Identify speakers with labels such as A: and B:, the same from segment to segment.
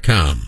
A: com.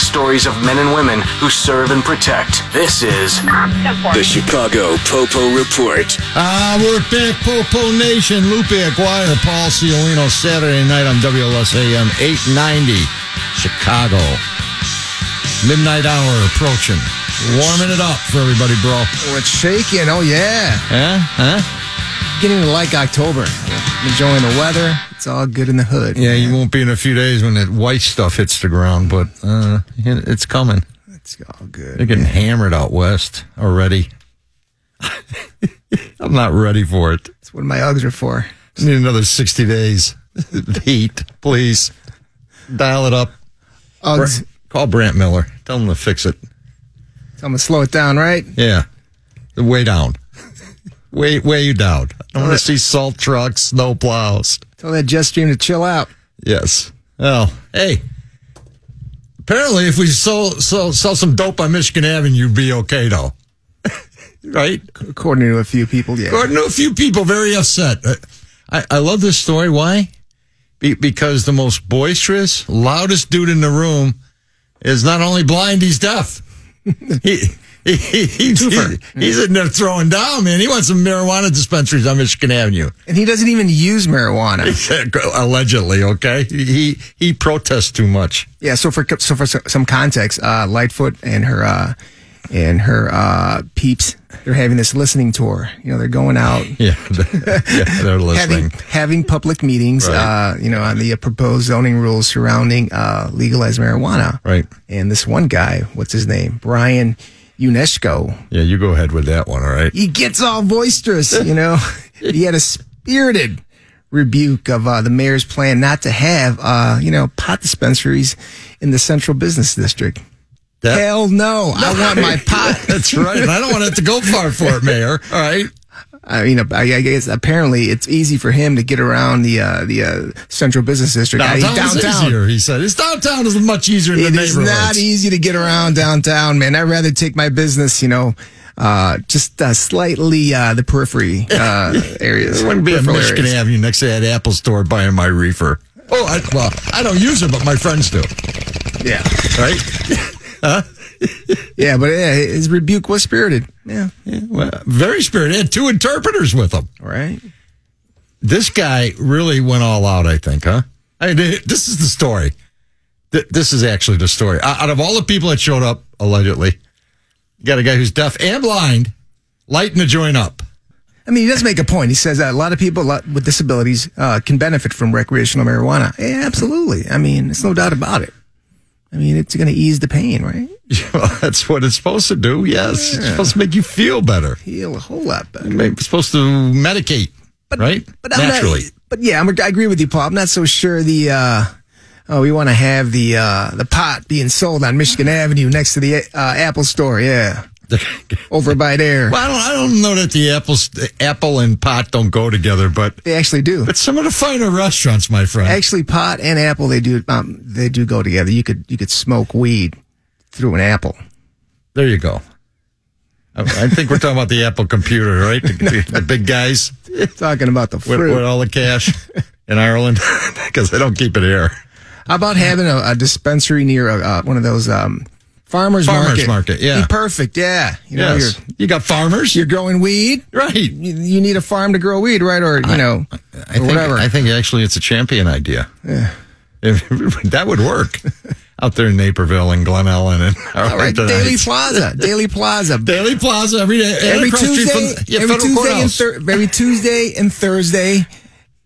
B: stories of men and women who serve and protect. This is
C: The Chicago Popo Report.
D: Ah, we're back, Popo Nation. Lupe Aguirre, Paul Ciolino, Saturday night on WLSAM 890, Chicago. Midnight hour approaching. Warming it up for everybody, bro.
E: Oh, it's shaking. Oh, yeah.
D: Huh? Huh?
E: Getting to like October. Enjoying the weather. It's all good in the hood.
D: Yeah, you won't be in a few days when that white stuff hits the ground, but uh, it- it's coming.
E: It's all good.
D: They're getting hammered out west already. I'm not ready for it.
E: That's what my Uggs are for.
D: I need another 60 days. The heat, please. Dial it up.
E: Uggs.
D: Call Brant Miller. Tell him to fix it.
E: Tell them to slow it down, right?
D: Yeah. Way down. way, way you down. I want to see salt trucks, snow plows.
E: Tell that jet stream to chill out.
D: Yes. Well, hey. Apparently, if we sold, sold, sell some dope on Michigan Avenue, you'd be okay, though. right?
E: According to a few people, yeah.
D: Gordon, a few people very upset. Uh, I, I love this story. Why? Be, because the most boisterous, loudest dude in the room is not only blind, he's deaf. he, he, he, he- he's in there throwing down, man. He wants some marijuana dispensaries on Michigan Avenue.
E: And he doesn't even use marijuana.
D: Allegedly, okay? He, he protests too much.
E: yeah. So for so for so- some context, uh, Lightfoot and her uh, and her uh, peeps, they're having this listening tour. You know, they're going out.
D: Yeah, they're, yeah, they're listening.
E: having having public meetings,
D: Right.
E: uh, you know, on the uh, proposed zoning rules surrounding uh, legalized marijuana.
D: Right.
E: And this one guy, what's his name, Brian UNESCO,
D: Yeah, you go ahead with that one, all right?
E: he gets all boisterous. You know, he had a spirited rebuke of uh, the mayor's plan not to have, uh, you know, pot dispensaries in the central business district.
D: That-
E: Hell no! I want my pot.
D: That's right. And I don't want to have to go far for it, Mayor. All right.
E: I mean, I, I guess apparently it's easy for him to get around the uh, the uh, central business district. I mean,
D: Downtown's easier, he said. It's downtown is much easier in
E: It
D: the
E: is not
D: neighborhood.
E: easy to get around downtown, man. I'd rather take my business, you know, uh, just uh, slightly uh, the periphery uh, areas.
D: It wouldn't be on
E: peripheral
D: Michigan
E: areas.
D: Avenue next to that Apple store buying my reefer. Oh, I, well, I don't use it, but my friends do,
E: Yeah,
D: right?
E: yeah, but yeah, his rebuke was spirited. Yeah,
D: Yeah, well, very spirited. They had two interpreters with them.
E: all right.
D: This guy really went all out, I think, huh? I mean, this is the story. Th- This is actually the story. Out out of all the people that showed up, allegedly, you got a guy who's deaf and blind, lighting the joint up.
E: I mean, he does make a point. He says that a lot of people a lot with disabilities uh, can benefit from recreational marijuana. Yeah, absolutely. I mean, it's no doubt about it. I mean, it's going to ease the pain, right?
D: Well, that's what it's supposed to do. Yes, it's supposed to make you feel better.
E: Heal a whole lot better.
D: It's supposed to medicate, right?
E: But I'm
D: Naturally,
E: Not, but yeah, I'm, I agree with you, Paul. I'm not so sure the uh, oh, we want to have the uh, the pot being sold on Michigan Avenue next to the uh, Apple Store. Yeah, over by there.
D: well, I don't. I don't know that the apples, apple and pot don't go together, but
E: They actually do.
D: but some of the finer restaurants, my friend.
E: Actually, pot and apple they do um, they do go together. You could you could smoke weed through an apple.
D: there you go. I, I think we're talking about the Apple computer, right? The, the- the big guys
E: Talking about the
D: with,
E: fruit.
D: with all the cash in Ireland because they don't keep it here.
E: How about having a, a dispensary near a, uh, one of those um, farmers
D: Farmers
E: market?
D: market, yeah.
E: Be perfect. Yeah, you know
D: Yes,
E: you're
D: you got farmers,
E: you're growing weed.
D: right?
E: you, you need a farm to grow weed, right? Or you know,
D: I think,
E: whatever.
D: I think actually it's a champion idea. If- that would work out there in Naperville and Glen Ellen and
E: All right,
D: Arlington
E: Daily
D: Heights.
E: Plaza, Daily Plaza,
D: Daily Plaza every day. and
E: every
D: across the street
E: Tuesday,
D: from- yeah,
E: every
D: Federal
E: Tuesday and
D: Courthouse.
E: thir- every Tuesday and Thursday,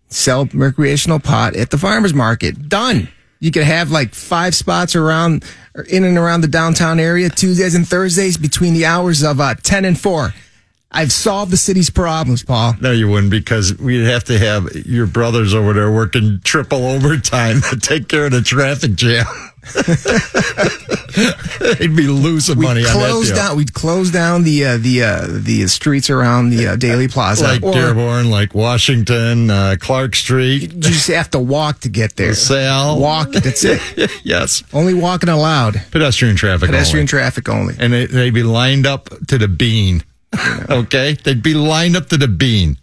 E: sell recreational pot at the farmers market. Done. You could have like five spots around, or in and around the downtown area. Tuesdays and Thursdays between the hours of uh, ten and four. I've solved the city's problems, Paul.
D: No, you wouldn't, because we'd have to have your brothers over there working triple overtime to take care of the traffic jam. They'd be losing
E: We
D: money on that
E: closed
D: deal.
E: down. We'd close down the uh, the uh, the streets around the uh, Daily Plaza.
D: Like
E: Or
D: Dearborn, like Washington, uh, Clark Street,
E: you just have to walk to get there.
D: LaSalle.
E: Walk. That's it.
D: yes,
E: only walking allowed.
D: pedestrian traffic.
E: Pedestrian
D: only.
E: traffic only.
D: and they, they'd be lined up to the bean. okay, they'd be lined up to the bean.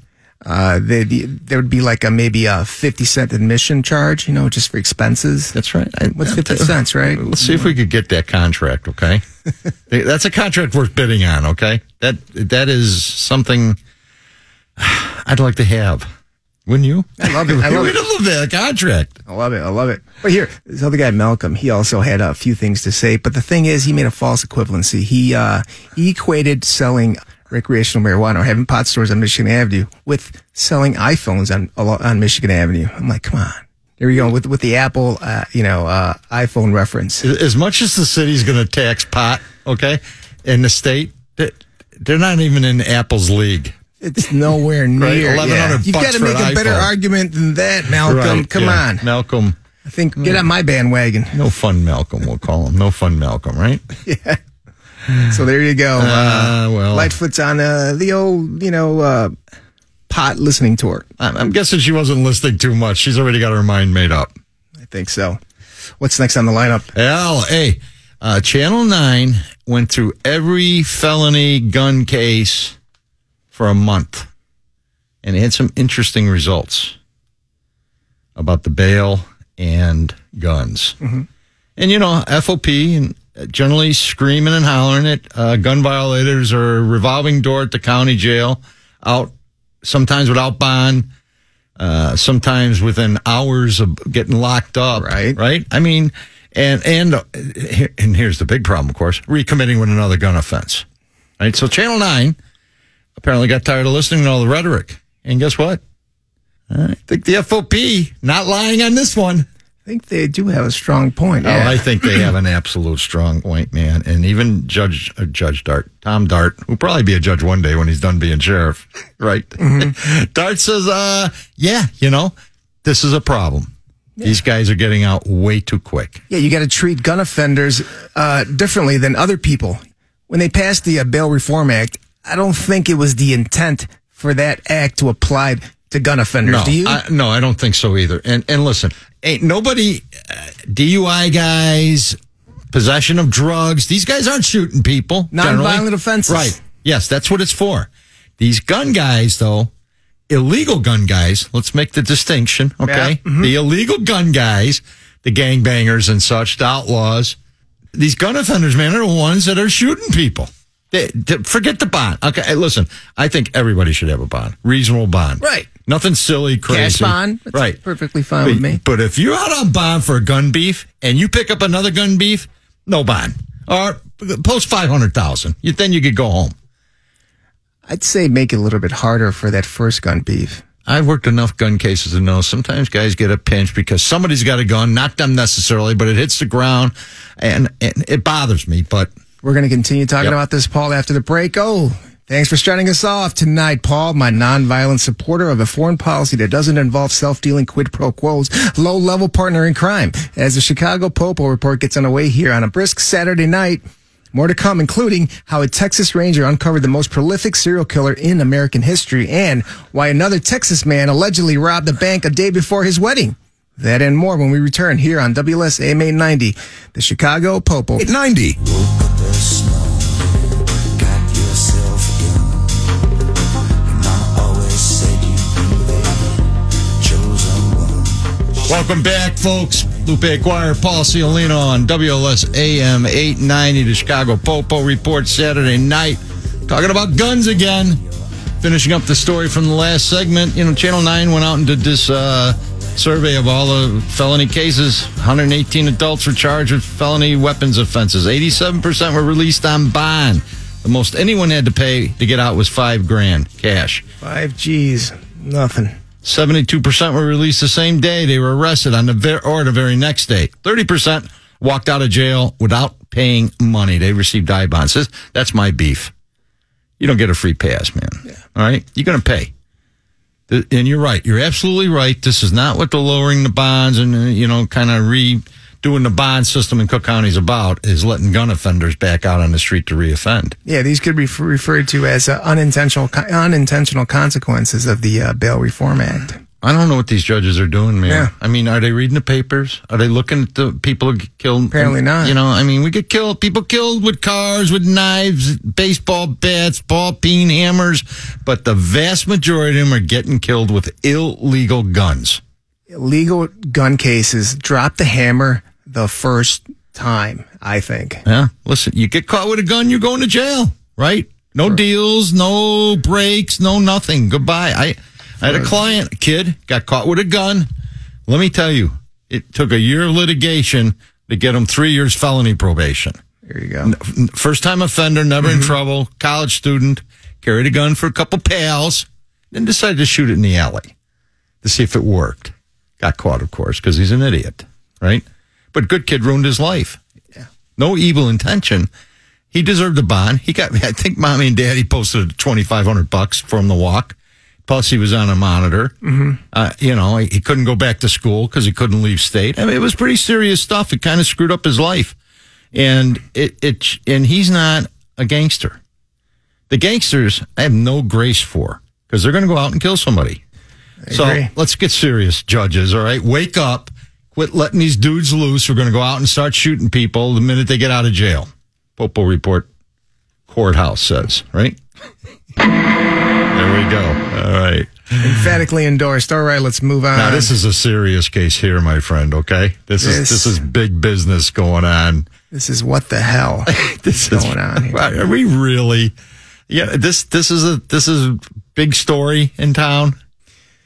E: Uh, they, there would be like a maybe a fifty cent admission charge, you know, just for expenses.
D: That's right. I-
E: What's
D: I-
E: fifty cents, right?
D: Let's see if we could get that contract. Okay, Hey, that's a contract worth bidding on. Okay, that that is something I'd like to have. Wouldn't you?
E: I love it. I love
D: We'd
E: it.
D: love that contract.
E: I love it. I love it. But here, this other guy, Malcolm, he also had a few things to say. But the thing is, he made a false equivalency. He, uh, he equated selling recreational marijuana or having pot stores on Michigan Avenue with selling iPhones on a lo- on Michigan Avenue. I'm like, come on. There we go with with the Apple, uh, you know, uh, iPhone reference.
D: As much as the city's going to tax pot, okay, in the state, they- they're not even in Apple's league.
E: It's nowhere near.
D: 1100
E: You've
D: bucks
E: got to
D: for
E: make a
D: an
E: better
D: iPhone.
E: argument than that, Malcolm. Come
D: yeah.
E: on.
D: Malcolm.
E: I think get on my bandwagon.
D: No fun, Malcolm. We'll call him. No fun, Malcolm. Right?
E: So there you go.
D: Uh, well,
E: Lightfoot's on uh, the old, you know, uh, pot listening tour.
D: I'm I'm guessing she wasn't listening too much. She's already got her mind made up.
E: I think so. What's next on the lineup?
D: L A. Uh, Channel Nine went through every felony gun case for a month, and it had some interesting results about the bail and guns. And you know, FOP and uh, generally screaming and hollering at uh, gun violators or revolving door at the county jail, out sometimes without bond, uh, sometimes within hours of getting locked up.
E: Right.
D: Right. I mean, and and uh, here- and here's the big problem, of course: recommitting with another gun offense. Right. So Channel Nine apparently got tired of listening to all the rhetoric, and guess what? I think the FOP not lying on this one.
E: I think they do have a strong point.
D: Oh,
E: Yeah.
D: I think they have an absolute strong point, man. And even Judge uh, Judge Dart, Tom Dart, who'll probably be a judge one day when he's done being sheriff, right? Dart says, uh, yeah, you know, this is a problem. These guys are getting out way too quick.
E: yeah, you got to treat gun offenders uh, differently than other people. When they passed the uh, Bail Reform Act, I don't think it was the intent for that act to apply to gun offenders.
D: No,
E: do you?
D: I, no, I don't think so either. And and listen, ain't nobody uh, DUI guys, possession of drugs. These guys aren't shooting people. generally.
E: Nonviolent offenses.
D: right? Yes, that's what it's for. These gun guys, though, illegal gun guys. Let's make the distinction, okay?
E: mm-hmm.
D: The illegal gun guys, the gangbangers and such, the outlaws. These gun offenders, man, are the ones that are shooting people. They- they- forget the bond. Okay, hey, listen. I think everybody should have a bond, reasonable bond.
E: Right.
D: Nothing silly, crazy.
E: Cash bond. That's
D: right.
E: Perfectly fine
D: But,
E: with me.
D: but if you're out on bond for a gun beef and you pick up another gun beef, no bond. Or post 500,000. You- Then you could go home.
E: I'd say make it a little bit harder for that first gun beef.
D: I've worked enough gun cases to know sometimes guys get a pinch because somebody's got a gun, not them necessarily, but it hits the ground and, and it bothers me. But
E: We're going to continue talking
D: Yep.
E: about this, Paul, after the break. Oh, thanks for starting us off tonight, Paul, my nonviolent supporter of a foreign policy that doesn't involve self-dealing quid pro quos, low-level partner in crime. As the Chicago Popo report gets underway here on a brisk Saturday night, more to come, including how a Texas Ranger uncovered the most prolific serial killer in American history and why another Texas man allegedly robbed a bank a day before his wedding. That and more when we return here on WLSAMA 90, the Chicago Popo.
A: 90.
D: welcome back, folks. Lupe Aguirre, Paul Ciolino on WLS AM 890, the Chicago Popo Report Saturday night. Talking about guns again. Finishing up the story from the last segment, you know, Channel 9 went out and did this uh, survey of all the felony cases. 118 adults were charged with felony weapons offenses. 87% were released on bond. The most anyone had to pay to get out was five grand cash.
E: Five G's, nothing.
D: 72% were released the same day they were arrested on the ver- or the very next day. 30% walked out of jail without paying money. They received I bonds. This- That's my beef. you don't get a free pass, man. All right, you're going to pay. Th- And you're right. You're absolutely right. This is not what the lowering the bonds and uh, you know kind of redoing the bond system in Cook County is about. Is letting gun offenders back out on the street to reoffend.
E: Yeah, these could be f- referred to as uh, unintentional co- unintentional consequences of the uh, Bail Reform Act.
D: I don't know what these judges are doing, man.
E: Yeah.
D: I mean, are they reading the papers? Are they looking at the people who get killed?
E: Apparently not.
D: You know, I mean, we get killed. People killed with cars, with knives, baseball bats, ball peen, hammers. But the vast majority of them are getting killed with illegal guns.
E: Illegal gun cases drop the hammer the first time. I think.
D: Yeah. Listen, you get caught with a gun, you're going to jail, right? No deals, no breaks, no nothing. Goodbye. I, I had a client, a kid, got caught with a gun. Let me tell you, it took a year of litigation to get him three years felony probation.
E: There you go. Mm-hmm.
D: First time offender, never in trouble, college student, carried a gun for a couple pals, then decided to shoot it in the alley to see if it worked. Got caught, of course, because he's an idiot, right? But good kid ruined his life. Yeah. No evil intention. He deserved a bond. He got, I think mommy and daddy posted 2,500 bucks from the walk. Plus he was on a monitor. Mm-hmm. Uh, you know, he, he couldn't go back to school because he couldn't leave state. I mean, it was pretty serious stuff. It kind of screwed up his life. And it, it, and he's not a gangster. The gangsters, I have no grace for because they're going to go out and kill somebody. So
E: agree.
D: let's get serious, judges. All right, wake up. Quit letting these dudes loose. We're going to go out and start shooting people the minute they get out of jail. Popo report courthouse says, right? there we go. All right.
E: Emphatically endorsed. All right, let's move on.
D: Now this is a serious case here, my friend, okay? This is
E: Um, Yes.
D: this is big business going on.
E: This is what the hell
D: This
E: is going on here.
D: Are we really Yeah, this this is a this is a big story in town.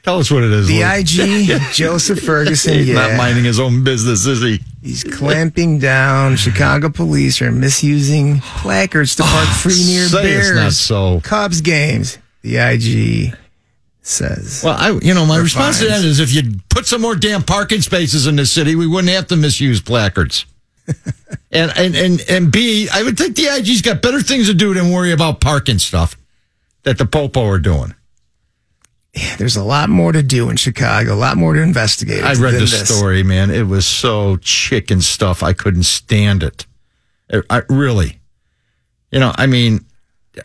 D: Tell us what it is.
E: The
D: Lou.
E: IG Joseph Ferguson,
D: He's not
E: yeah,
D: minding his own business, is he?
E: he's clamping down. Chicago police are misusing placards to park free near
D: Say it's
E: Bears,
D: not so.
E: Cubs games. The IG says.
D: Well, I, you know, my response to
E: fines.
D: that is if you'd put some more damn parking spaces in the city, we wouldn't have to misuse placards. and, and, and, and B, I would think the IG's got better things to do than worry about parking stuff that the Popo are doing.
E: There's a lot more to do in Chicago, a lot more to investigate.
D: I read
E: than
D: the
E: this.
D: story, man. It was so chicken stuff. I couldn't stand it. I, I- really, you know, I mean,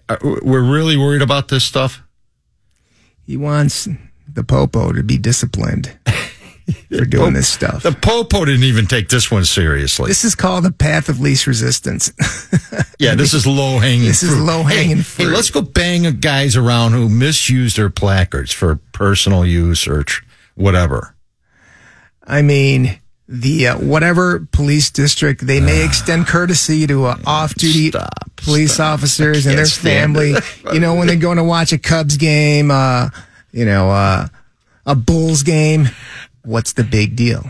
D: uh, we're really worried about this stuff.
E: He wants the Popo to be disciplined for doing this stuff.
D: The Popo didn't even take this one seriously.
E: this is called the path of least resistance.
D: Yeah, this is low hanging.
E: This is low-hanging fruit.
D: Hey, let's go bang up guys around who misuse their placards for personal use or tr- whatever.
E: I mean, the uh, whatever police district they may extend courtesy to uh, off-duty
D: Ah. stop,
E: police officers and their
D: can't stand
E: family. you know, when they're going to watch a Cubs game, uh, you know, uh, a Bulls game. What's the big deal?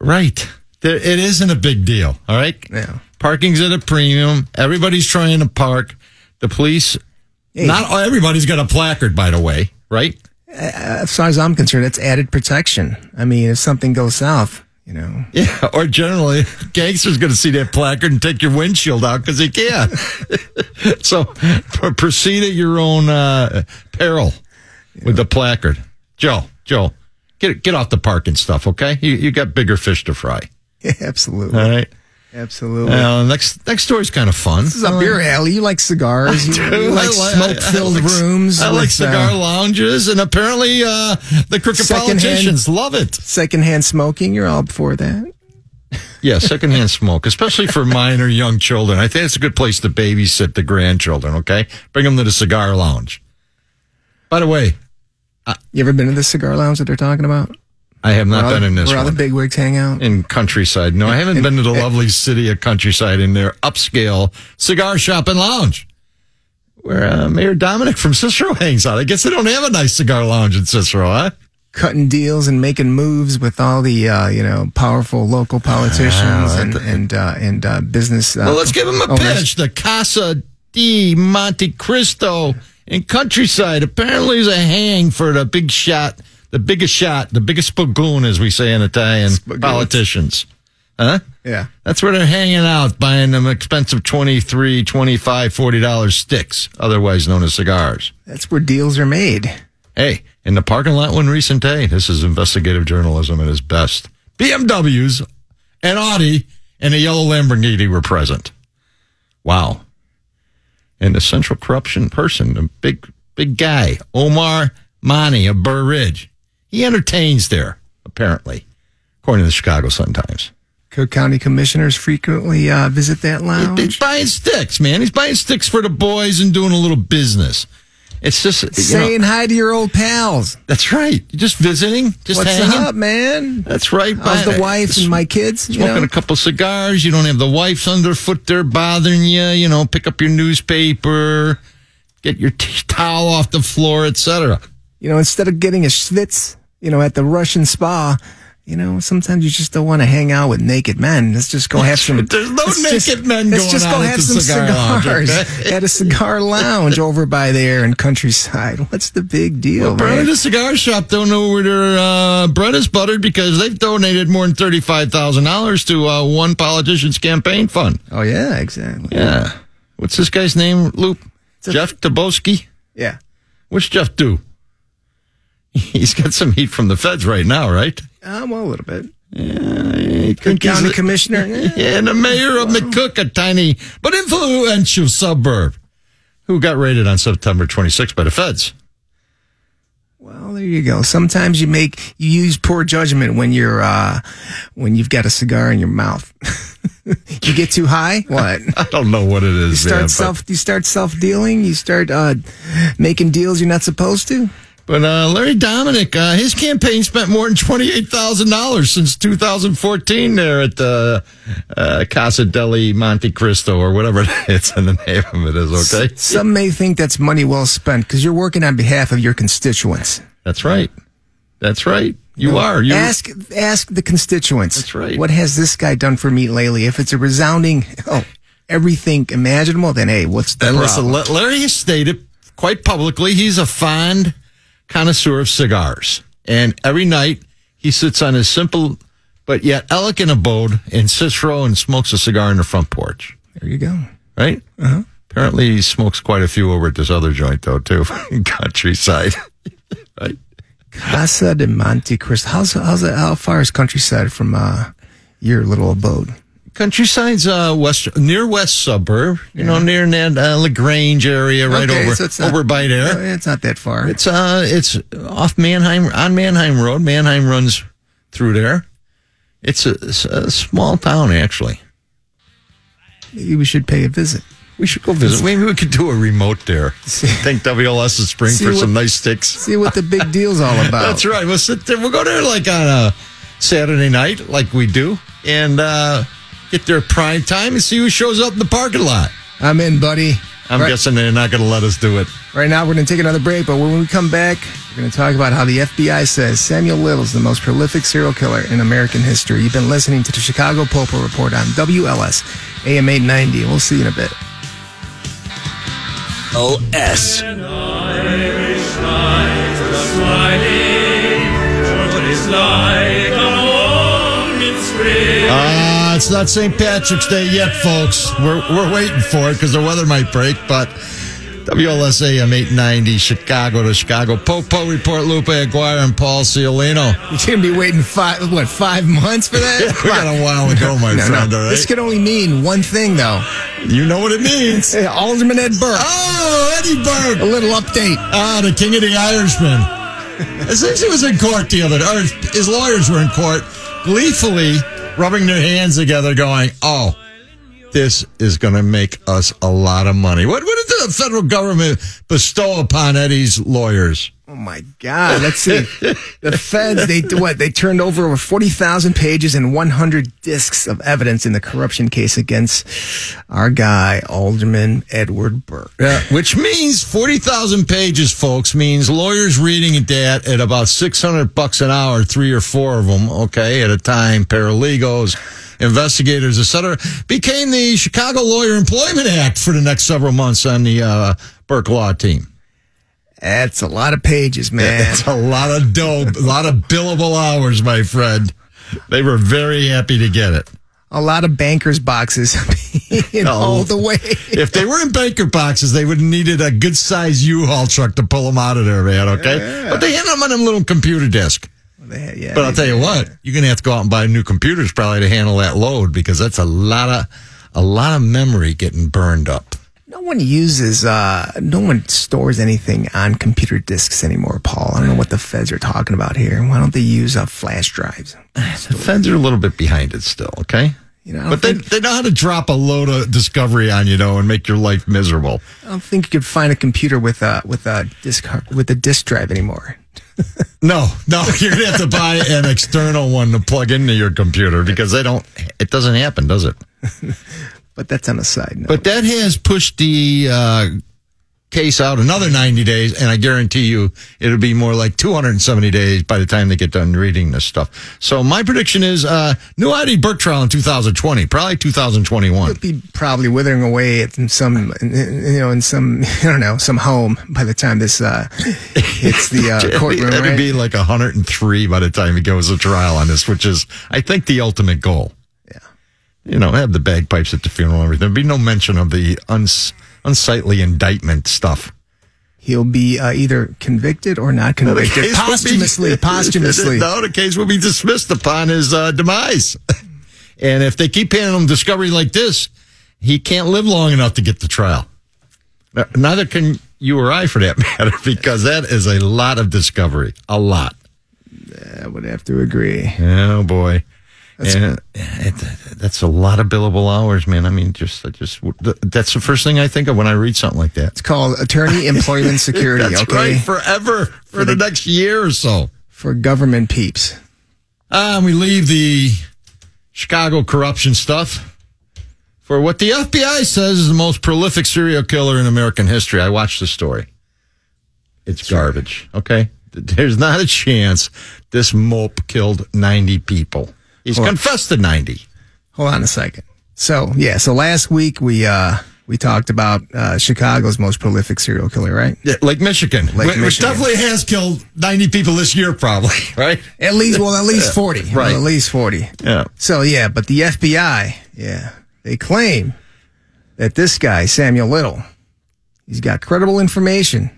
D: Right. There, it isn't a big deal. All right.
E: Yeah.
D: Parking's at a premium. Everybody's trying to park. The police. Not everybody's got a placard, by the way. Right.
E: As far as I'm concerned, it's added protection. I mean, if something goes south, you know,
D: Yeah. Or generally, gangster's going to see that placard and take your windshield out because he can. so pr- proceed at your own uh, peril with the placard. Joe, Joe, get get off the parking stuff. Okay. You you got bigger fish to fry.
E: absolutely,
D: All right.
E: absolutely.
D: Uh, next next story's kind of fun.
E: this is up your alley. You like cigars. You,
D: do.
E: you
D: I
E: like
D: li-
E: smoke-filled
D: I like-
E: rooms.
D: I like
E: with, uh,
D: cigar lounges, and apparently uh, the crooked
E: Secondhand-
D: politicians love it.
E: secondhand smoking. You're all for that.
D: Yeah, secondhand smoke, especially for minor young children. I think it's a good place to babysit the grandchildren. Okay, bring them to the cigar lounge. By the way,
E: You ever been to the cigar lounge that they're talking about?
D: I have not
E: Where all
D: been
E: the-
D: in this
E: Where all
D: one.
E: the bigwigs hang out.
D: in countryside. No, I haven't been to the lovely city of countryside in their upscale cigar shop and lounge, where uh, Mayor Dominic from Cicero hangs out. I guess they don't have a nice cigar lounge in Cicero, huh?
E: Cutting deals and making moves with all the uh, you know powerful local
D: Ah,
E: politicians and and uh, and uh, business. Uh,
D: Well, let's give him a
E: owners.
D: pitch. The Casa di Monte Cristo in Countryside apparently is a hang for the big shot, the biggest shot, the biggest spagoon, as we say in Italian
E: Spagoon.
D: politicians. Huh?
E: Yeah.
D: That's where they're hanging out, buying them expensive 23 25 $40 sticks, otherwise known as cigars.
E: That's where deals are made.
D: Hey, in the parking lot one recent day, this is investigative journalism at its best. BMWs, an Audi, and a yellow Lamborghini were present. Wow. And the central corruption person, a big, big guy, Omar Mani of Burr Ridge, he entertains there, apparently, according to the Chicago Sun-Times.
E: Cook County commissioners frequently uh, visit that lounge.
D: He's buying sticks, man. He's buying sticks for the boys and doing a little business. It's just you know,
E: Saying hi to your old pals.
D: that's right. You're just visiting, just
E: What's
D: hanging.
E: up, man?
D: That's right.
E: How's
D: Buy-
E: the wife and my kids? You
D: Smoking
E: know?
D: a couple cigars. You don't have the wife's underfoot there bothering you. You know, pick up your newspaper, get your t- towel off the floor, etc.
E: You know, instead of getting a schwitz, you know, at the Russian spa, you know, sometimes you just don't want to hang out with naked men. Let's just go have some.
D: There's no
E: let's
D: naked men
E: Let's
D: going
E: just go
D: out at
E: have
D: the
E: some
D: cigar lounge,
E: cigars
D: okay?
E: at a cigar lounge over by there in countryside. What's the big deal,
D: Apparently,
E: Oh, man?
D: the cigar shop don't know where their uh, bread is buttered because they've donated more than thirty-five thousand dollars to uh, one politician's campaign fund.
E: Oh yeah, exactly.
D: Yeah. What's this guy's name, Loop? Jeff Taboski?
E: Yeah.
D: What's Jeff do? He's got some heat from the feds right now, right?
E: Uh, well, a little bit.
D: I
E: Cook
D: think he's
E: County
D: the-
E: Commissioner. eh?
D: Yeah, and the mayor of McCook, a tiny but influential suburb, who got raided on September 26th by the feds.
E: Well, there you go. Sometimes you make you use poor judgment when you're uh when you've got a cigar in your mouth. you get too high. What?
D: I don't know what it is.
E: You start
D: man, but-
E: self. You start self dealing. You start uh, making deals you're not supposed to.
D: But uh, Larry Dominic, uh, his campaign spent more than twenty eight thousand dollars since two thousand fourteen there at the uh, Casa deli Monte Cristo or whatever it's in the name of it is. Okay,
E: Some may think that's money well spent because you're working on behalf of your constituents.
D: that's right, that's right. You are. You
E: ask ask the constituents.
D: That's right.
E: What has this guy done for me lately? If it's a resounding oh everything imaginable, then hey, what's the
D: And listen,
E: problem?
D: La- Larry has stated quite publicly he's a fond connoisseur of cigars, and every night he sits on his simple but yet elegant abode in Cicero and smokes a cigar in the front porch.
E: There you go.
D: right? Uh-huh. Apparently, he smokes quite a few over at this other joint, though, too, in countryside. right?
E: Casa de Monte Cristo. How's how's that, how far is countryside from uh, your little abode?
D: Countryside's uh, west near west suburb, you know, near that uh, Lagrange area, right
E: Okay,
D: over
E: so it's not-
D: over by there.
E: Oh, It's not that far.
D: It's uh, it's off Manheim on Manheim Road. Manheim runs through there. It's a, it's a small town, actually.
E: Maybe we should pay a visit.
D: We should go visit. Maybe we could do a remote there. Think WLS is spring
E: See
D: for
E: what-
D: some nice sticks.
E: See what the big deal's all about.
D: That's right. We'll sit there. We'll go there like on a Saturday night, like we do, and uh, get there prime time and see who shows up in the parking lot.
E: I'm in, buddy.
D: I'm
E: right,
D: guessing they're not going to let us do it.
E: right now, we're going to take another break, but when we come back, we're going to talk about how the FBI says Samuel Little's the most prolific serial killer in American history. You've been listening to the Chicago Popo Report on WLS AM 890. We'll see you in a bit.
C: LS.
D: Uh, it's not St. Patrick's Day yet, folks. We're, we're waiting for it because the weather might break, but WLSAM 890, Chicago to Chicago. Popo Report, Lupe Aguirre, and Paul Ciolino.
E: You're going to be waiting five, what, five months for that?
D: We got a while to go, my
E: No, no.
D: friend, all
E: This
D: right?
E: could only mean one thing, though.
D: You know what it means.
E: Hey, Alderman Ed Burke.
D: Oh, Eddie Burke.
E: A little update.
D: Ah, the King of the Irishman. Since he was in court the other day, or his lawyers were in court, gleefully rubbing their hands together, going, "Oh, this is going to make us a lot of money." What, what did the federal government bestow upon Eddie's lawyers?
E: Oh my God! Let's see. the feds they what they turned over over forty thousand pages and one hundred discs of evidence in the corruption case against our guy Alderman Edward Burke.
D: Yeah, which means forty thousand pages, folks. Means lawyers reading that at about six hundred bucks an hour, three or four of them, okay, at a time. Paralegals, investigators, etc. Became the Chicago Lawyer Employment Act for the next several months on the uh, Burke Law Team.
E: That's a lot of pages, man.
D: That's a lot of dough, a lot of billable hours, my friend. They were very happy to get it.
E: a lot of bankers' boxes being
D: No.
E: all the way.
D: If they were in banker boxes, they would have needed a good sized U-Haul truck to pull them out of there, man. Okay, but they had them on them little computer desk.
E: yeah,
D: But I'll tell you what, you're gonna have to go out and buy new computers probably to handle that load because that's a lot of a lot of memory getting burned up.
E: no one uses, uh, no one stores anything on computer disks anymore, Paul. I don't know what the feds are talking about here. Why don't they use uh, flash drives?
D: The feds are a little bit behind it still, okay?
E: You know, I don't
D: but they,
E: think-
D: they know how to drop a load of discovery on you, though, and make your life miserable.
E: I don't think you could find a computer with a with a disk with a disk drive anymore.
D: No, no, you're gonna have to buy an external one to plug into your computer because they don't. It doesn't happen, does it?
E: But that's on a side note.
D: But that has pushed the uh, case out another 90 days, and I guarantee you it'll be more like 270 days by the time they get done reading this stuff. So my prediction is uh, new ID Burke trial in 2020, probably 2021.
E: It'd be probably withering away at some you know in some I don't know some home by the time this uh, hits the uh, courtroom.
D: It'd
E: right?
D: be like 103 by the time he goes to trial on this, which is, I think, the ultimate goal.
E: Yeah.
D: You know, have the bagpipes at the funeral and everything. There'd be no mention of the uns- unsightly indictment stuff.
E: He'll be uh, either convicted or not convicted
D: case would be-
E: posthumously. posthumously.
D: No, the case will be dismissed upon his uh, demise. And if they keep handing him discovery like this, he can't live long enough to get the trial. Ne- Neither can you or I, for that matter, because that is a lot of discovery. A lot.
E: I would have to agree.
D: Oh boy. And it- that's a lot of billable hours, man. I mean, just, I just that's the first thing I think of when I read something like that.
E: It's called attorney employment security.
D: That's
E: okay,
D: right, forever for the next year or so.
E: for government peeps.
D: Um, we leave the Chicago corruption stuff for what the FBI says is the most prolific serial killer in American history. I watched the story. It's garbage. Okay. There's not a chance this mope killed 90 people. He's confessed to 90.
E: Hold on a second. So yeah, so last week we uh we talked about uh Chicago's most prolific serial killer, right?
D: Yeah, Lake Michigan. Lake which
E: Michigan.
D: definitely has killed 90 people this year, probably, right?
E: At least well, at least forty. Well,
D: Right.
E: at least forty.
D: Yeah.
E: So yeah, but the FBI, yeah, they claim that this guy Samuel Little, he's got credible information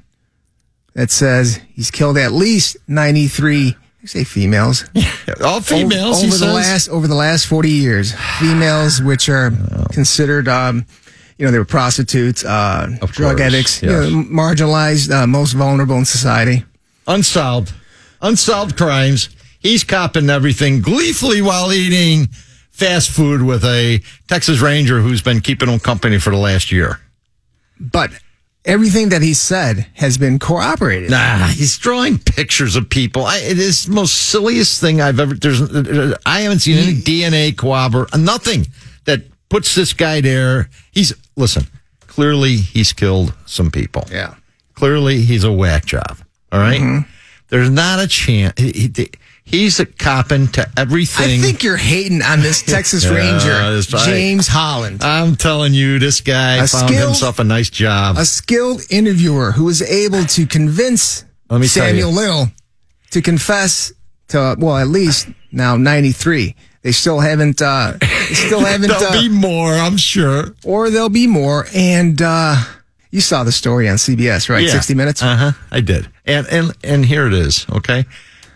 E: that says he's killed at least ninety three. Say females.
D: All females,
E: over,
D: he
E: the
D: says.
E: last over the last 40 years females which are considered um you know they were prostitutes uh
D: Of
E: drug
D: course,
E: addicts you know,
D: yes.
E: marginalized uh, most vulnerable in society
D: unsolved, unsolved crimes. He's copping everything gleefully while eating fast food with a Texas Ranger who's been keeping him company for the last year.
E: but everything that he said has been corroborated
D: Nah, he's drawing pictures of people. I, it is the most silliest thing I've ever. There's, uh, I haven't seen any DNA corrobor, nothing that puts this guy there. He's listen. Clearly, he's killed some people.
E: yeah Mm-hmm.
D: Clearly, he's a whack job. All right? There's not a chance. He, he- he's a copping to everything.
E: I think you're hating on this Texas
D: Yeah,
E: Ranger,
D: that's right.
E: James Holland,
D: I'm telling you, this guy
E: A
D: found
E: skilled-
D: himself a nice job.
E: a skilled interviewer who was able to convince
D: Let me tell you.
E: Samuel Little to confess to uh, well, at least now 93. They still haven't, uh, they still haven't,
D: There'll
E: uh,
D: be more, I'm sure.
E: or there'll be more. And uh, you saw the story on CBS, right? 60 Minutes.
D: Uh huh. I did. And and and here it is. Okay.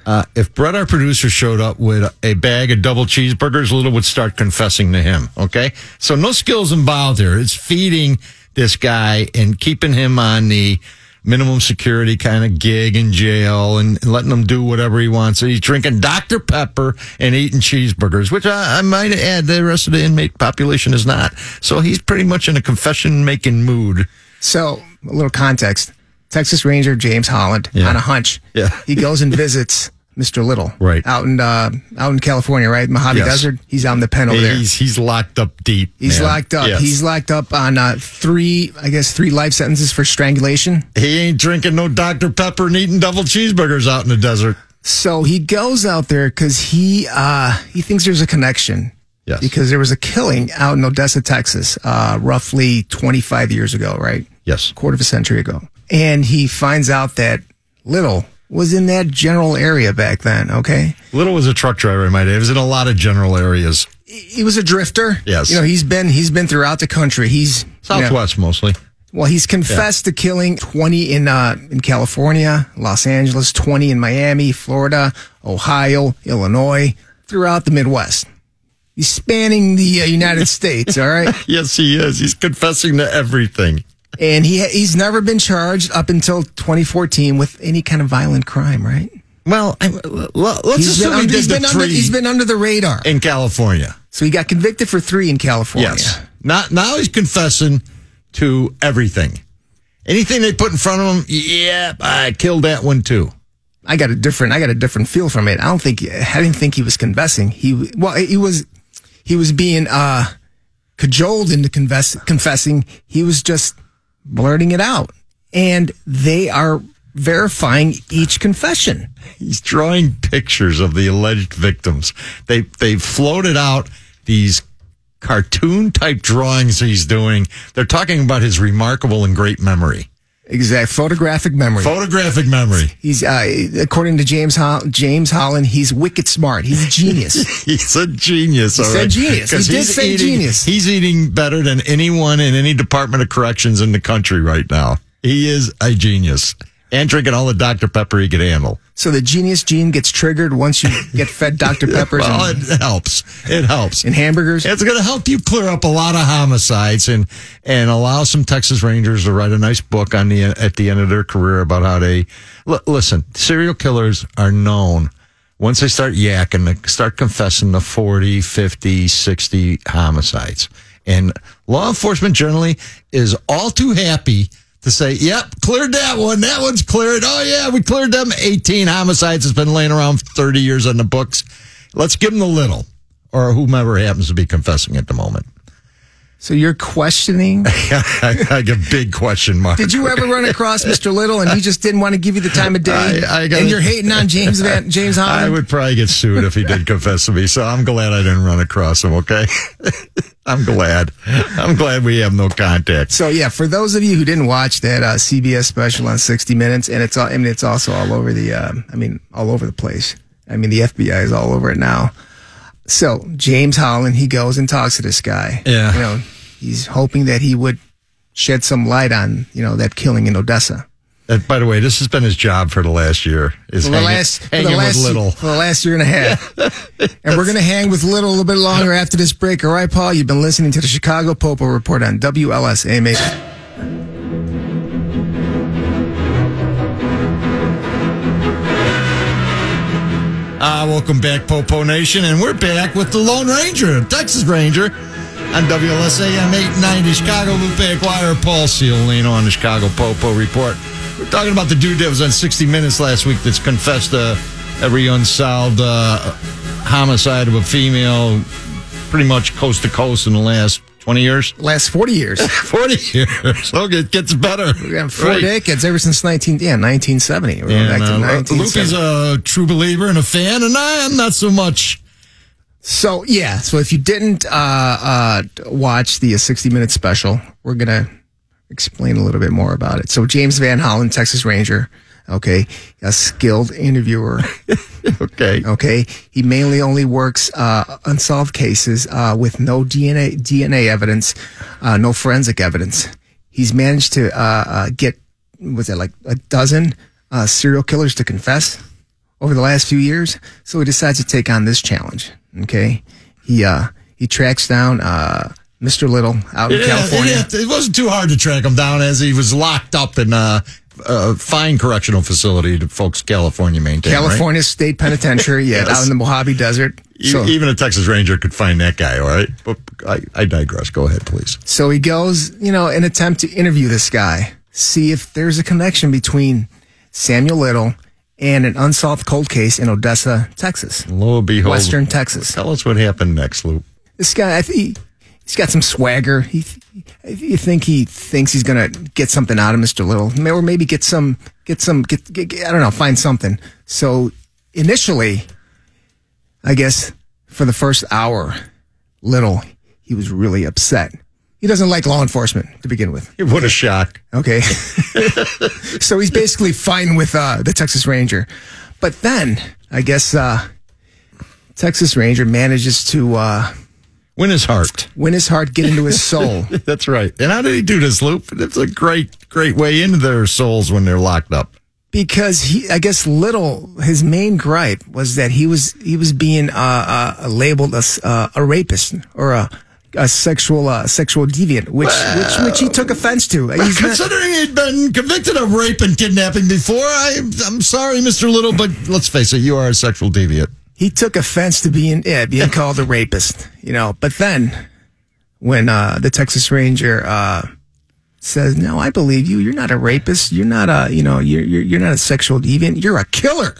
D: Uh, if Brett, our producer, showed up with a bag of double cheeseburgers, Little would start confessing to him. Okay. So no skills involved here. It's feeding this guy and keeping him on the minimum security kind of gig in jail and letting him do whatever he wants. So he's drinking Dr. Pepper and eating cheeseburgers, which I, I might add the rest of the inmate population is not. So he's pretty much in a confession making mood.
E: So, a little context Texas Ranger James Holland
D: Yeah.
E: on a hunch.
D: Yeah.
E: He goes and visits. Mr. Little,
D: Right.
E: out in uh, out in California, right, Mojave
D: Yes.
E: Desert. He's out in the pen over there.
D: He's he's locked up deep.
E: He's
D: man.
E: locked up.
D: Yes.
E: He's locked up on uh, three, I guess, three life sentences for strangulation.
D: he ain't drinking no Dr Pepper and eating double cheeseburgers out in the desert.
E: So he goes out there because he uh, he thinks there's a connection.
D: Yes.
E: Because there was a killing out in Odessa, Texas, uh, roughly 25 years ago, right?
D: Yes.
E: quarter of a century ago. And he finds out that Little was in that general area back then, okay?
D: Little was a truck driver, I might add. He was in a lot of general areas.
E: he was a drifter.
D: Yes.
E: You know, he's been he's been throughout the country. He's you know,
D: Southwest mostly.
E: well, he's confessed to killing 20 in uh, in California, Los Angeles, 20 in Miami, Florida, Ohio, Illinois, throughout the Midwest. He's spanning the uh, United States, all right?
D: Yes, he is. He's confessing to everything.
E: And he he's never been charged up until 2014 with any kind of violent crime, right?
D: Well, I, uh, l- l- let's
E: He's been,
D: assume he
E: under,
D: did
E: he's
D: the
E: been under
D: three
E: he's been under the radar.
D: in California.
E: So he got convicted for 3 in California.
D: Yes. Not now he's confessing to everything. Anything they put in front of him, yep, I killed that one too.
E: I got a different I got a different feel from it. I don't think I didn't think he was confessing. He well he was he was being uh cajoled into confess, confessing. He was just blurting it out. And they are verifying each confession.
D: He's drawing pictures of the alleged victims. They they floated out these cartoon type drawings he's doing. They're talking about his remarkable and great memory.
E: Exact photographic memory.
D: Photographic memory.
E: he's uh, according to James Hol- James Holland, he's wicked smart. He's a genius.
D: He's a genius. all
E: said
D: right.
E: genius. He
D: 'Cause
E: did
D: he's
E: say
D: eating-
E: genius.
D: He's eating better than anyone in any Department of Corrections in the country right now. He is a genius. And drinking all the Dr. Pepper he could handle.
E: so the genius gene gets triggered once you get fed Dr. Peppers
D: Well,
E: and,
D: it helps. It helps.
E: and hamburgers.
D: It's going to help you clear up a lot of homicides and and allow some Texas Rangers to write a nice book on the at the end of their career about how they L- listen. Serial killers are known once they start yakking, they start confessing to 40, 50, 60 homicides. And law enforcement generally is all too happy to say, "Yep, cleared that one. That one's cleared. Oh yeah, we cleared them 18 homicides. It's been laying around 30 years on the books. Let's give them the little." or whomever happens to be confessing at the moment.
E: So you're questioning
D: I, I get big question mark.
E: Did you ever run across Mr. Little and he just didn't want to give you the time of day?
D: I- I gotta-
E: and you're hating on James Van, James
D: I
E: Holland.
D: would probably get sued if he did confess to me, so I'm glad I didn't run across him. Okay, I'm glad. I'm glad we have no contact.
E: so yeah, for those of you who didn't watch that uh, CBS special on 60 Minutes, and it's all, I mean it's also all over the um, I mean all over the place. I mean the FBI is all over it now. So James Holland, he goes and talks to this guy.
D: Yeah.
E: you know he's hoping that he would shed some light on you know that killing in Odessa.
D: Uh, by the way, this has been his job for the last year. Is
E: For the
D: hanging,
E: last, for
D: hanging
E: the last,
D: with little.
E: for the last year and a half. and we're going to hang with Little a little bit longer after this break. All right, Paul, you've been listening to the Chicago Popo Report on WLSAM.
D: Ah, welcome back, Popo Nation, and we're back with the Lone Ranger, Texas Ranger, on WLSAM 890 Chicago. Lupe Aguirre, Paul Ciolino on the Chicago Popo Report. We're talking about the dude that was on 60 Minutes last week that's confessed uh, every unsolved uh, homicide of a female pretty much coast to coast in the last 20 years.
E: Last 40 years.
D: 40 years. Look, it gets better.
E: We have four
D: Right.
E: decades ever since 19, yeah, 1970. We're going
D: And,
E: back to
D: uh, Luke
E: 1970.
D: is a true believer and a fan, and I am not so much.
E: so, yeah, so if you didn't uh, uh, watch the 60 minute special, we're going to explain a little bit more about it. So, James Van Hollen, Texas Ranger, okay, a skilled interviewer.
D: Okay.
E: Okay, he mainly only works uh, unsolved cases uh, with no DNA DNA evidence, uh, no forensic evidence. He's managed to uh, uh, get was it like a dozen uh, serial killers to confess over the last few years. So he decides to take on this challenge. Okay, he uh, he tracks down uh, Mr. Little out in California.
D: It, it wasn't too hard to track him down as he was locked up in a, a fine correctional facility that folks California maintain. right?
E: California State Penitentiary, yeah, out in the Mojave Desert.
D: E- Even a Texas Ranger could find that guy, all right? But I, I digress. Go ahead, please.
E: So he goes, you know, in attempt to interview this guy, see if there's a connection between Samuel Little and an unsolved cold case in Odessa, Texas,
D: Lo and behold,
E: Western Texas.
D: Tell us what happened next, Luke.
E: This guy, I think he, he's got some swagger. He, th- you think he thinks he's gonna get something out of Mister Little, May- or maybe get some, get some, get, get, get- I don't know, find something. So initially, I guess for the first hour, Little, he was really upset. He doesn't like law enforcement to begin with.
D: What a shock.
E: Okay. so he's basically fine with uh, the Texas Ranger. But then I guess uh, Texas Ranger manages to uh,
D: Win his heart.
E: Win his heart, get into his soul.
D: That's right. And how did he do this, Loop? That's a great, great way into their souls when they're locked up.
E: because he, I guess, little his main gripe was that he was he was being uh, uh, labeled as uh, a rapist or a, a sexual uh, sexual deviant, which which which he took offense to. He's not-
D: Considering he'd been convicted of rape and kidnapping before, I, I'm sorry, Mr. Little, but let's face it, you are a sexual deviant.
E: he took offense to being yeah, being called a rapist, you know. But then, when uh, the Texas Ranger uh, says, "No, I believe you. You're not a rapist. You're not a you know you're you're, you're not a sexual deviant. You're a killer."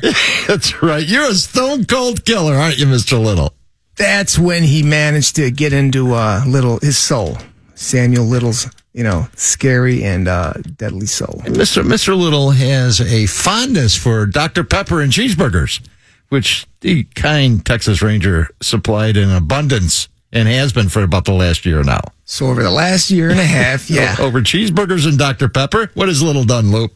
D: That's right. You're a stone cold killer, aren't you, Mr. Little?
E: That's when he managed to get into uh, little his soul, Samuel Little's you know scary and uh, deadly soul.
D: Mr. Mr. Little has a fondness for Dr. Pepper and cheeseburgers, which the kind Texas Ranger supplied in abundance and has been for about the last year now.
E: So over the last year and a half, yeah,
D: Over cheeseburgers and Dr. Pepper, what has Little done, Loop?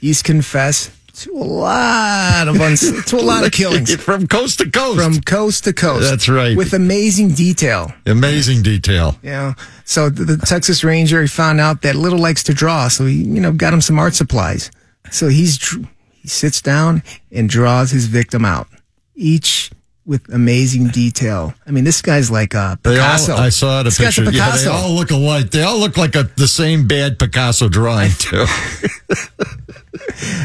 E: he's confessed to a lot of uns- to a lot of killings.
D: From coast to coast.
E: from coast to coast.
D: That's right.
E: With amazing detail.
D: Amazing detail.
E: Yeah. So the, the Texas Ranger he found out that Little likes to draw, so he you know got him some art supplies. So he's dr- he sits down and draws his victim out, each with amazing detail. I mean, this guy's like uh,
D: They
E: Picasso.
D: all, I saw the
E: This guy's
D: picture.
E: a
D: Yeah, they
E: Picasso.
D: all look alike. They all look like a, the same bad Picasso drawing, too.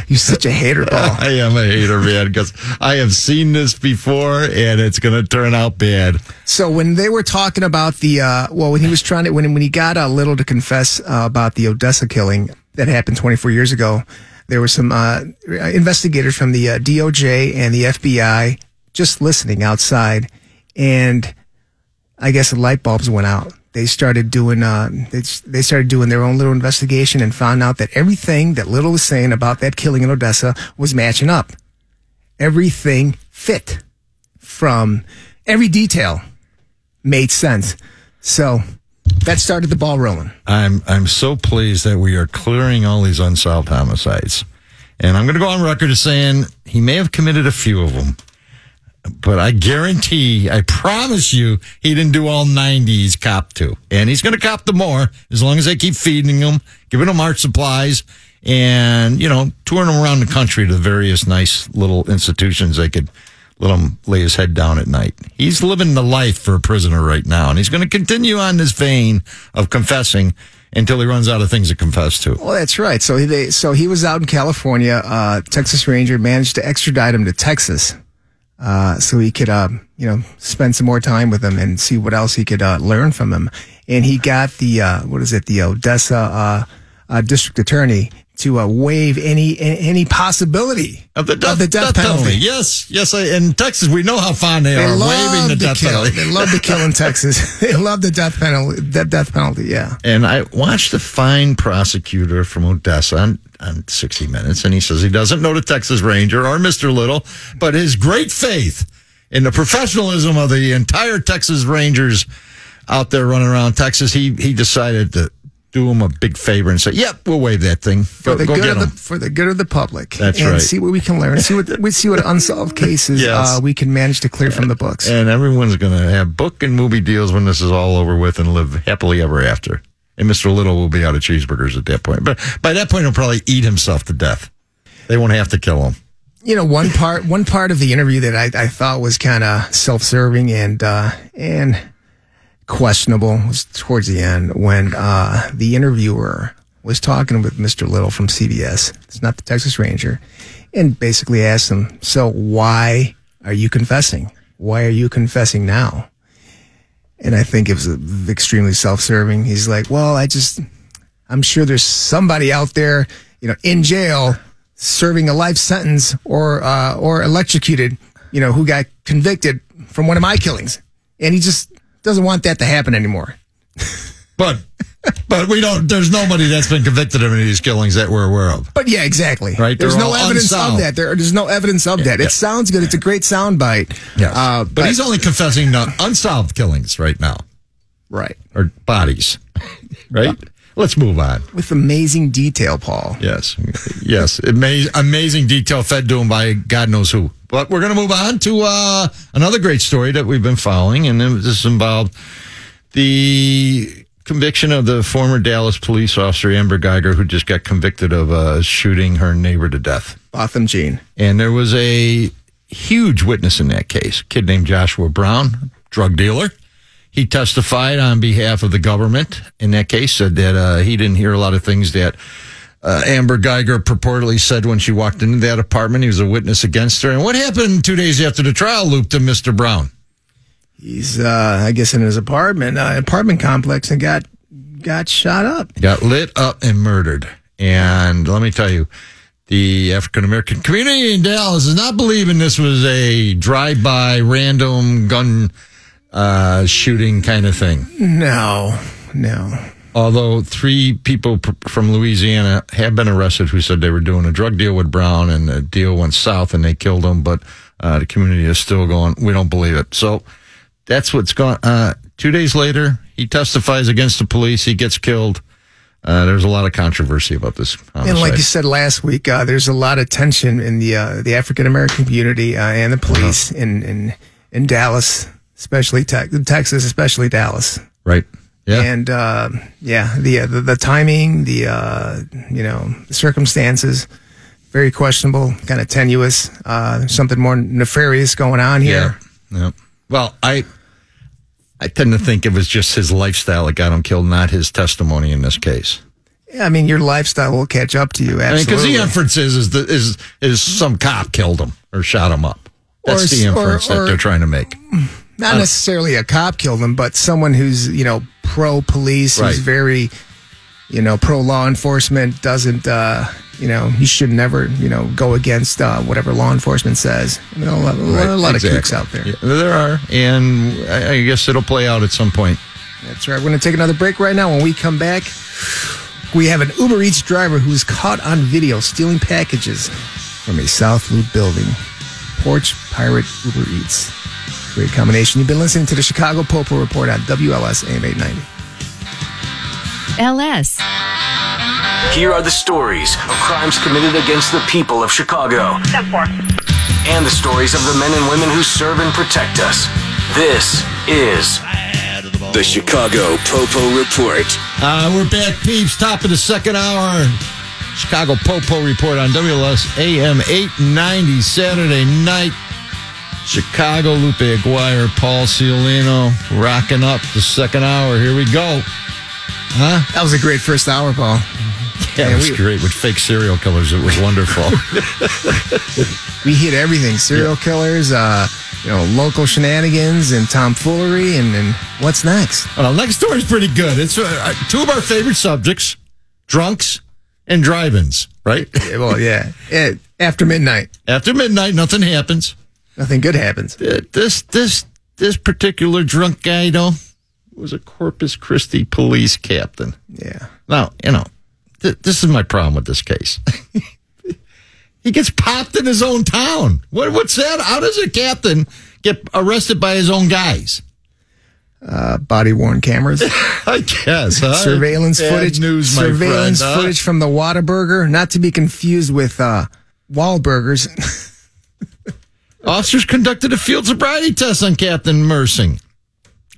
E: You're such a hater, Paul.
D: I am a hater, man, because I have seen this before and it's going to turn out bad.
E: So when they were talking about the uh, well, when he was trying to when when he got a little to confess uh, about the Odessa killing that happened 24 years ago, there were some uh, investigators from the uh, DOJ and the FBI just listening outside, and I guess the light bulbs went out. They started doing uh, they, they started doing their own little investigation and found out that everything that Little was saying about that killing in Odessa was matching up. Everything fit from every detail made sense. So that started the ball rolling.
D: I'm I'm so pleased that we are clearing all these unsolved homicides, and I'm going to go on record as saying he may have committed a few of them, but I guarantee, I promise you, he didn't do all 90s cop to, and he's going to cop to more as long as they keep feeding him, giving him art supplies, and you know touring him around the country to the various nice little institutions they could. Let him lay his head down at night. He's living the life for a prisoner right now, and he's going to continue on this vein of confessing until he runs out of things to confess to.
E: Well, that's right. So they, so he was out in California. Uh, Texas Ranger managed to extradite him to Texas, uh, so he could, uh, you know, spend some more time with him and see what else he could uh, learn from him. And he got the uh, what is it, the Odessa uh, uh, district attorney to uh, waive any a- any possibility
D: Yes, yes. I, in Texas, we know how fond they,
E: They
D: are of
E: love
D: waiving the
E: to
D: death
E: kill.
D: penalty.
E: They love to kill in Texas. they love the death penalty. The death penalty. Yeah.
D: and I watched the fine prosecutor from Odessa on, on 60 Minutes, and he says he doesn't know the Texas Ranger or Mr. Little, but his great faith in the professionalism of the entire Texas Rangers out there running around Texas, he, he decided to do him a big favor and say, yep, we'll waive that thing.
E: For
D: Go,
E: the
D: go
E: good
D: get
E: of the
D: him.
E: for the good of the public.
D: That's
E: and
D: right.
E: See what we can learn. See what we see what unsolved cases
D: Yes.
E: uh, we can manage to clear from the books.
D: And everyone's going to have book and movie deals when this is all over with and live happily ever after. And Mr. Little will be out of cheeseburgers at that point. But by that point, he'll probably eat himself to death. They won't have to kill him.
E: You know, one part one part of the interview that I, I thought was kind of self serving and uh, and questionable was towards the end when uh, the interviewer was talking with Mr. Little from CBS. It's not the Texas Ranger, and basically asked him, "So why are you confessing? Why are you confessing now?" And I think it was extremely self-serving. He's like, "Well, I just, I'm sure there's somebody out there, you know, in jail serving a life sentence or uh, or electrocuted, you know, who got convicted from one of my killings." And he just doesn't want that to happen anymore.
D: But but we don't. There's nobody that's been convicted of any of these killings that we're aware of.
E: But yeah, exactly.
D: Right,
E: There's
D: they're
E: no
D: all
E: evidence
D: unsolved.
E: of that. There, there's no evidence of that. It sounds good. It's a great soundbite. Uh,
D: but, he's only confessing to unsolved killings right now
E: right
D: or bodies. Right. Let's move on.
E: with amazing detail, Paul.
D: Yes. Yes. Amaz- amazing detail fed to him by God knows who. But we're going to move on to uh, another great story that we've been following, and it- this involved the conviction of the former Dallas police officer Amber Geiger, who just got convicted of uh, shooting her neighbor to death.
E: Botham Jean.
D: And there was a huge witness in that case, a kid named Joshua Brown, drug dealer. He testified on behalf of the government in that case, said that uh, he didn't hear a lot of things that uh, Amber Geiger purportedly said when she walked into that apartment. He was a witness against her. And what happened two days after the trial loop to Mr. Brown?
E: He's, uh, I guess, in his apartment, uh, apartment complex, and got got shot up.
D: got lit up and murdered. And let me tell you, the African American community in Dallas is not believing this was a drive-by random gun uh, shooting kind of thing.
E: No, no.
D: Although three people pr- from Louisiana have been arrested who said they were doing a drug deal with Brown and the deal went south and they killed him, but uh, the community is still going, we don't believe it. So that's what's going Uh, two days later, he testifies against the police. He gets killed. Uh, there's a lot of controversy about this. Homicide.
E: And like you said last week, uh, there's a lot of tension in the uh, the African American community uh, and the
D: Uh-huh.
E: police in, in in Dallas, especially Tex Texas, especially Dallas.
D: right. Yeah.
E: And uh, yeah, the, uh, the the timing, the uh, you know the circumstances, very questionable, kind of tenuous. Uh, there's something more nefarious going on here.
D: Yeah. yeah. Well, I I tend to think it was just his lifestyle that got him killed, not his testimony in this case.
E: Yeah. I mean, your lifestyle will catch up to you.
D: I mean, because
E: Absolutely.
D: the inference is is, the, is is some cop killed him or shot him up. That's
E: Or
D: the
E: s- or-
D: inference that
E: or-
D: they're trying to make. Uh,
E: not necessarily a cop killed him, but someone who's you know pro police,
D: Right.
E: who's very you know pro law enforcement, doesn't uh, you know you should never you know go against uh, whatever law enforcement says. You know, a lot, a lot- a lot
D: exactly.
E: of kooks out there.
D: Yeah, there are, and I, I guess it'll play out at some point.
E: That's right. We're going to take another break right now. When we come back, we have an Uber Eats driver who's caught on video stealing packages from a South Loop building. Porch Pirate Uber Eats. Great combination. You've been listening to the Chicago Popo Report on WLS AM 890.
A: LS.
B: Here are the stories of crimes committed against the people of Chicago and the stories of the men and women who serve and protect us. This is
C: The Chicago Popo Report.
D: Uh, we're back, peeps. Top of the second hour. Chicago Popo report on WLS AM 890 Saturday night. Chicago Lupe Aguirre, Paul Ciolino rocking up the second hour. Here we go.
E: That was a great first hour, Paul.
D: Yeah,
E: Man,
D: it was
E: we-
D: great with fake serial killers. It was wonderful.
E: We hit everything: serial killers, uh, you know, local shenanigans, and tomfoolery, and, and what's next?
D: well, Uh, next story's pretty good. It's uh, uh, two of our favorite subjects: drunks and drive-ins. Right
E: Yeah, well, yeah. Eh, after midnight,
D: after midnight, nothing happens.
E: nothing good happens.
D: Uh, this this this particular drunk guy though was a Corpus Christi police captain.
E: Yeah.
D: Now you know th- this is my problem with this case. he gets popped in his own town. What what's that? How does a captain get arrested by his own guys?
E: Uh, Body worn cameras,
D: I guess huh?
E: surveillance
D: Bad
E: footage,
D: news, my
E: surveillance
D: friend, huh?
E: footage from the Whataburger, not to be confused with uh, Wahlburgers.
D: Officers conducted a field sobriety test on Captain Mersing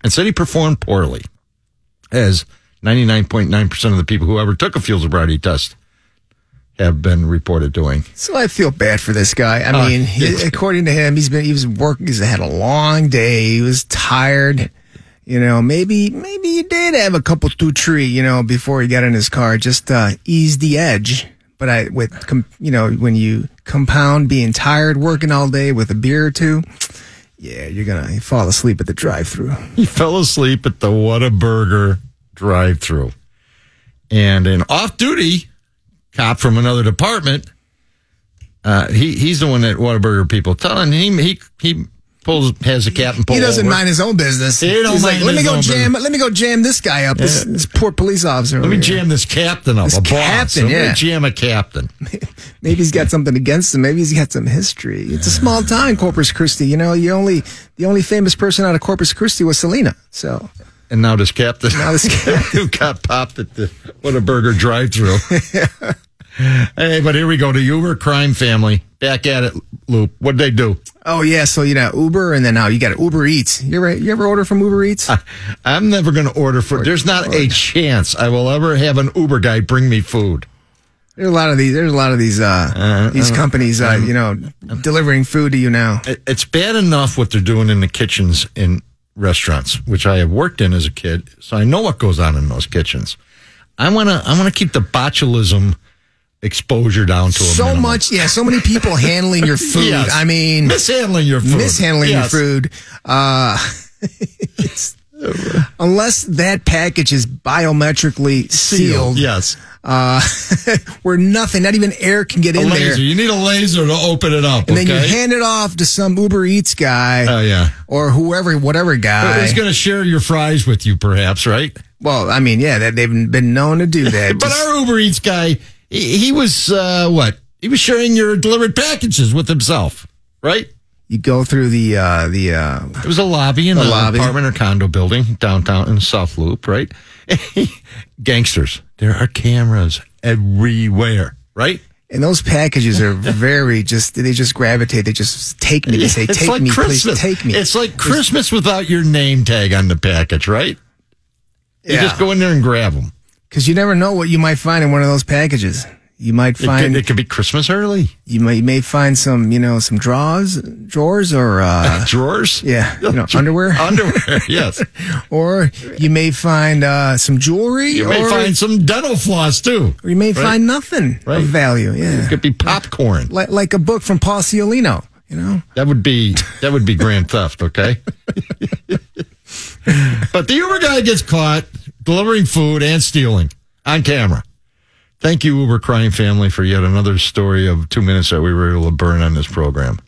D: and said he performed poorly, as 99.9% of the people who ever took a field sobriety test have been reported doing.
E: So I feel bad for this guy. I
D: Oh,
E: mean,
D: it's-
E: he, according to him, he's been he was working. He's had a long day. He was tired. You know, maybe maybe he did have a couple two tree. You know, before he got in his car, just uh, ease the edge. But I with com, you know when you compound being tired, working all day with a beer or two, yeah, you're gonna fall asleep at the drive-through.
D: He fell asleep at the Whataburger drive through. And an off duty cop from another department, uh, he, he's the one that Whataburger people tell, and he, he, he pulls, has the captain pull
E: He doesn't
D: over.
E: mind his own business.
D: He don't
E: he's
D: mind
E: like, let me
D: his
E: go
D: own
E: jam. Let me go jam this guy up. This,
D: Yeah.
E: this poor police officer.
D: Let me jam this captain up,
E: This
D: a boss.
E: captain,
D: Let me
E: yeah.
D: jam a captain.
E: Maybe he's got something against him. Maybe he's got some history. It's a small town, Corpus Christi. You know, you only the only famous person out of Corpus Christi was Selena. So
D: And now this captain,
E: Now this captain.
D: who got popped at the what a burger drive-through. hey, but here we go. The Uber crime family Back at it, Loop. What'd they do?
E: Oh yeah, so you know Uber, and then now you got Uber Eats. You ever you ever order from Uber Eats?
D: Ah. I'm never going to order for. There's not a chance I will ever have an Uber guy bring me food.
E: There's a lot of these. There's a lot of these. Uh,
D: Uh-huh.
E: these companies. Uh, you know, delivering food to you now.
D: It- It's bad enough what they're doing in the kitchens in restaurants, which I have worked in as a kid, so I know what goes on in those kitchens. I want to. I want to keep the botulism exposure down to a
E: So
D: minimum.
E: much. Yeah, so many people handling your food.
D: Yes.
E: I mean,
D: mishandling your food,
E: mishandling
D: Yes.
E: your food. Uh, it's- unless that package is biometrically sealed,
D: Yes,
E: uh, where nothing, not even air can get
D: a
E: in there,
D: laser. You need a laser to open it up.
E: and then
D: okay?
E: you hand it off to some Uber Eats guy
D: Oh yeah.
E: or whoever, whatever guy.
D: He's going to share your fries with you, perhaps, right?
E: well, I mean, yeah, that they've been known to do that.
D: But
E: Just-
D: our Uber Eats guy, he, he was uh, what? He was sharing your delivered packages with himself, right?
E: you go through the uh, the uh,
D: It was a lobby in
E: A
D: an
E: lobby.
D: apartment or condo building downtown in South Loop, right? Gangsters. There are cameras everywhere, right?
E: And those packages are very just, they just gravitate. They just take me. They say,
D: It's
E: take
D: like
E: me,
D: Christmas.
E: please take me.
D: It's like Christmas without your name tag on the package, right? You
E: Yeah.
D: just go in there and grab them.
E: Cause you never know what you might find in one of those packages. You might
D: It could,
E: find,
D: it could be Christmas early.
E: you might, you may find some, you know, some drawers, drawers or, uh,
D: Drawers?
E: yeah, you know,
D: Oh,
E: underwear,
D: Underwear, yes.
E: or you may find, uh, some jewelry,
D: You
E: or,
D: may find some dental floss too.
E: or you may find nothing
D: Right.
E: of value.
D: It
E: Yeah.
D: could be popcorn.
E: Like, like a book from Paul Ciolino, you know?
D: That would be that would be grand theft, okay? but the Uber guy gets caught delivering food and stealing on camera. Thank you, Uber crime family, for yet another story of two minutes that we were able to burn on this program.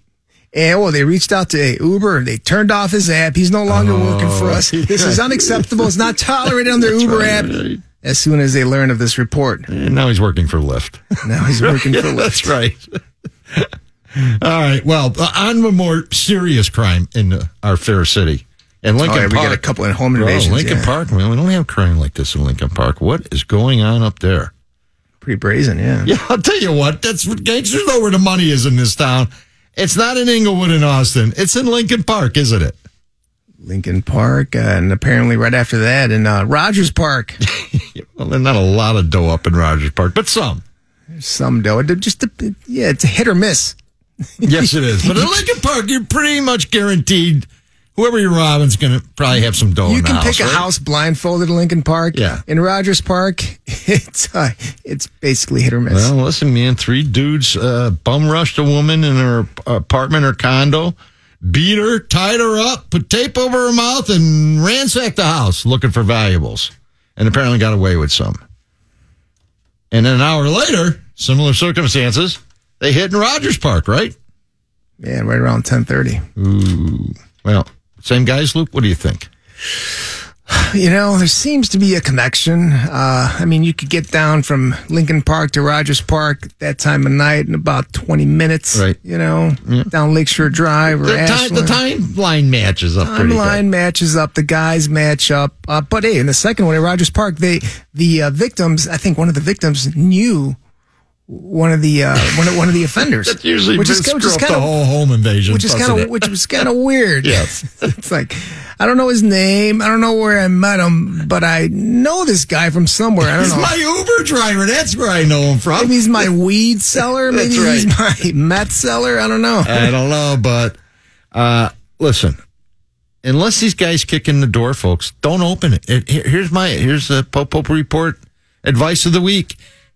E: Yeah, well, they reached out to Uber. They turned off his app. He's no longer
D: Oh,
E: working for us. This is unacceptable. It's not tolerated on their Uber app. As soon as they learn of this report,
D: And now he's working for Lyft.
E: now he's working for Lyft.
D: That's right. All right. Well, uh, on to more serious crime in uh, our fair city. And
E: All
D: Lincoln
E: right, Oh, we
D: Park.
E: got a couple of home
D: Bro,
E: invasions.
D: Lincoln
E: yeah.
D: Park, man. We don't have crime like this in Lincoln Park. What is going on up there?
E: Pretty brazen, yeah.
D: Yeah, I'll tell you what. That's what gangsters know where the money is in this town. It's not in Inglewood and Austin. It's in Lincoln Park, isn't it?
E: Lincoln Park, uh, and apparently right after that in uh, Rogers Park,
D: Yeah, Well, there's not a lot of dough up in Rogers Park, but some.
E: some dough. It just a, yeah, it's a hit or miss.
D: Yes, it is. But in Lincoln Park, you're pretty much guaranteed whoever you're robbing's going to probably have some dough.
E: you
D: in the
E: can
D: house,
E: pick a
D: right?
E: house blindfolded in Lincoln Park.
D: Oh, Yeah.
E: In Rogers Park, it's uh, it's basically hit or miss.
D: Well, listen, man. Three dudes uh, bum rushed a woman in her apartment or condo, beat her, tied her up, put tape over her mouth, and ransacked the house looking for valuables, and apparently got away with some. And then an hour later, similar circumstances, they hit in Rogers Park, right?
E: yeah, right around ten thirty.
D: Well, same guys, Luke. What do you think?
E: You know, there seems to be a connection. Uh, I mean, you could get down from Lincoln Park to Rogers Park at that time of night in about 20 minutes.
D: Right.
E: You know, down Lakeshore Drive or
D: The, time, the
E: Ashland.
D: timeline matches up pretty
E: Timeline matches up. The guys match up. Uh, but hey, in the second one at Rogers Park, they the uh, victims. I think one of the victims knew one of the uh, one of one of the offenders.
D: good. That usually
E: which is,
D: screw
E: which is
D: up
E: kind
D: the
E: of
D: whole home invasion,
E: which is
D: doesn't
E: kind
D: it?
E: of which was kind of weird.
D: Yes.
E: it's like I don't know his name. I don't know where I met him, but I know this guy from somewhere. I don't
D: He's
E: know.
D: my Uber driver. That's where I know him from.
E: Maybe he's my weed seller. Maybe
D: That's
E: he's my meth seller. I don't know.
D: I don't know, but uh, listen, unless these guys kick in the door, folks, don't open it. it here- here's my here's the Pope Pope report advice of the week.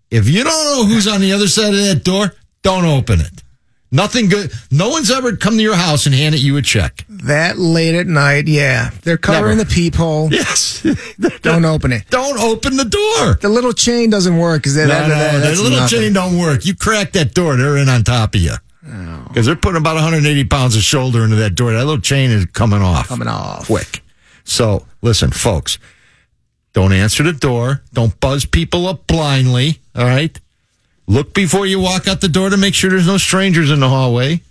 D: If you don't know who's on the other side of that door, don't open it. Nothing good. No one's ever come to your house and handed you a check.
E: that late at night, yeah, they're covering
D: Never.
E: the peephole.
D: Yes,
E: Don't open it.
D: don't open the door.
E: The little chain doesn't work. Is
D: No,
E: that, that-
D: no,
E: that-
D: the
E: that's
D: little
E: nothing.
D: chain don't work. You crack that door, they're in on top of you. Because they're putting about 180 pounds of shoulder into that door. That little chain is coming off.
E: coming off?
D: quick. So listen, folks, don't answer the door. Don't buzz people up blindly. All right. Look before you walk out the door to make sure there's no strangers in the hallway.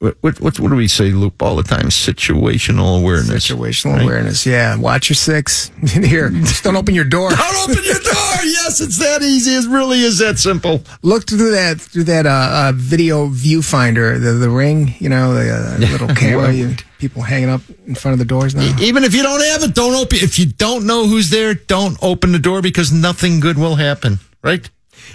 D: what, what, what do we say, Loop, all the time? Situational awareness.
E: Situational
D: right?
E: awareness. Yeah. Watch your six. Here, just don't open your door.
D: Don't open your door. Yes, it's that easy. It really is that simple.
E: Look through that through that uh, uh, video viewfinder, the the ring. You know, the uh, little camera. you, people hanging up in front of the doors now.
D: E, Even if you don't have it, don't open. If you don't know who's there, don't open the door because nothing good will happen. Right?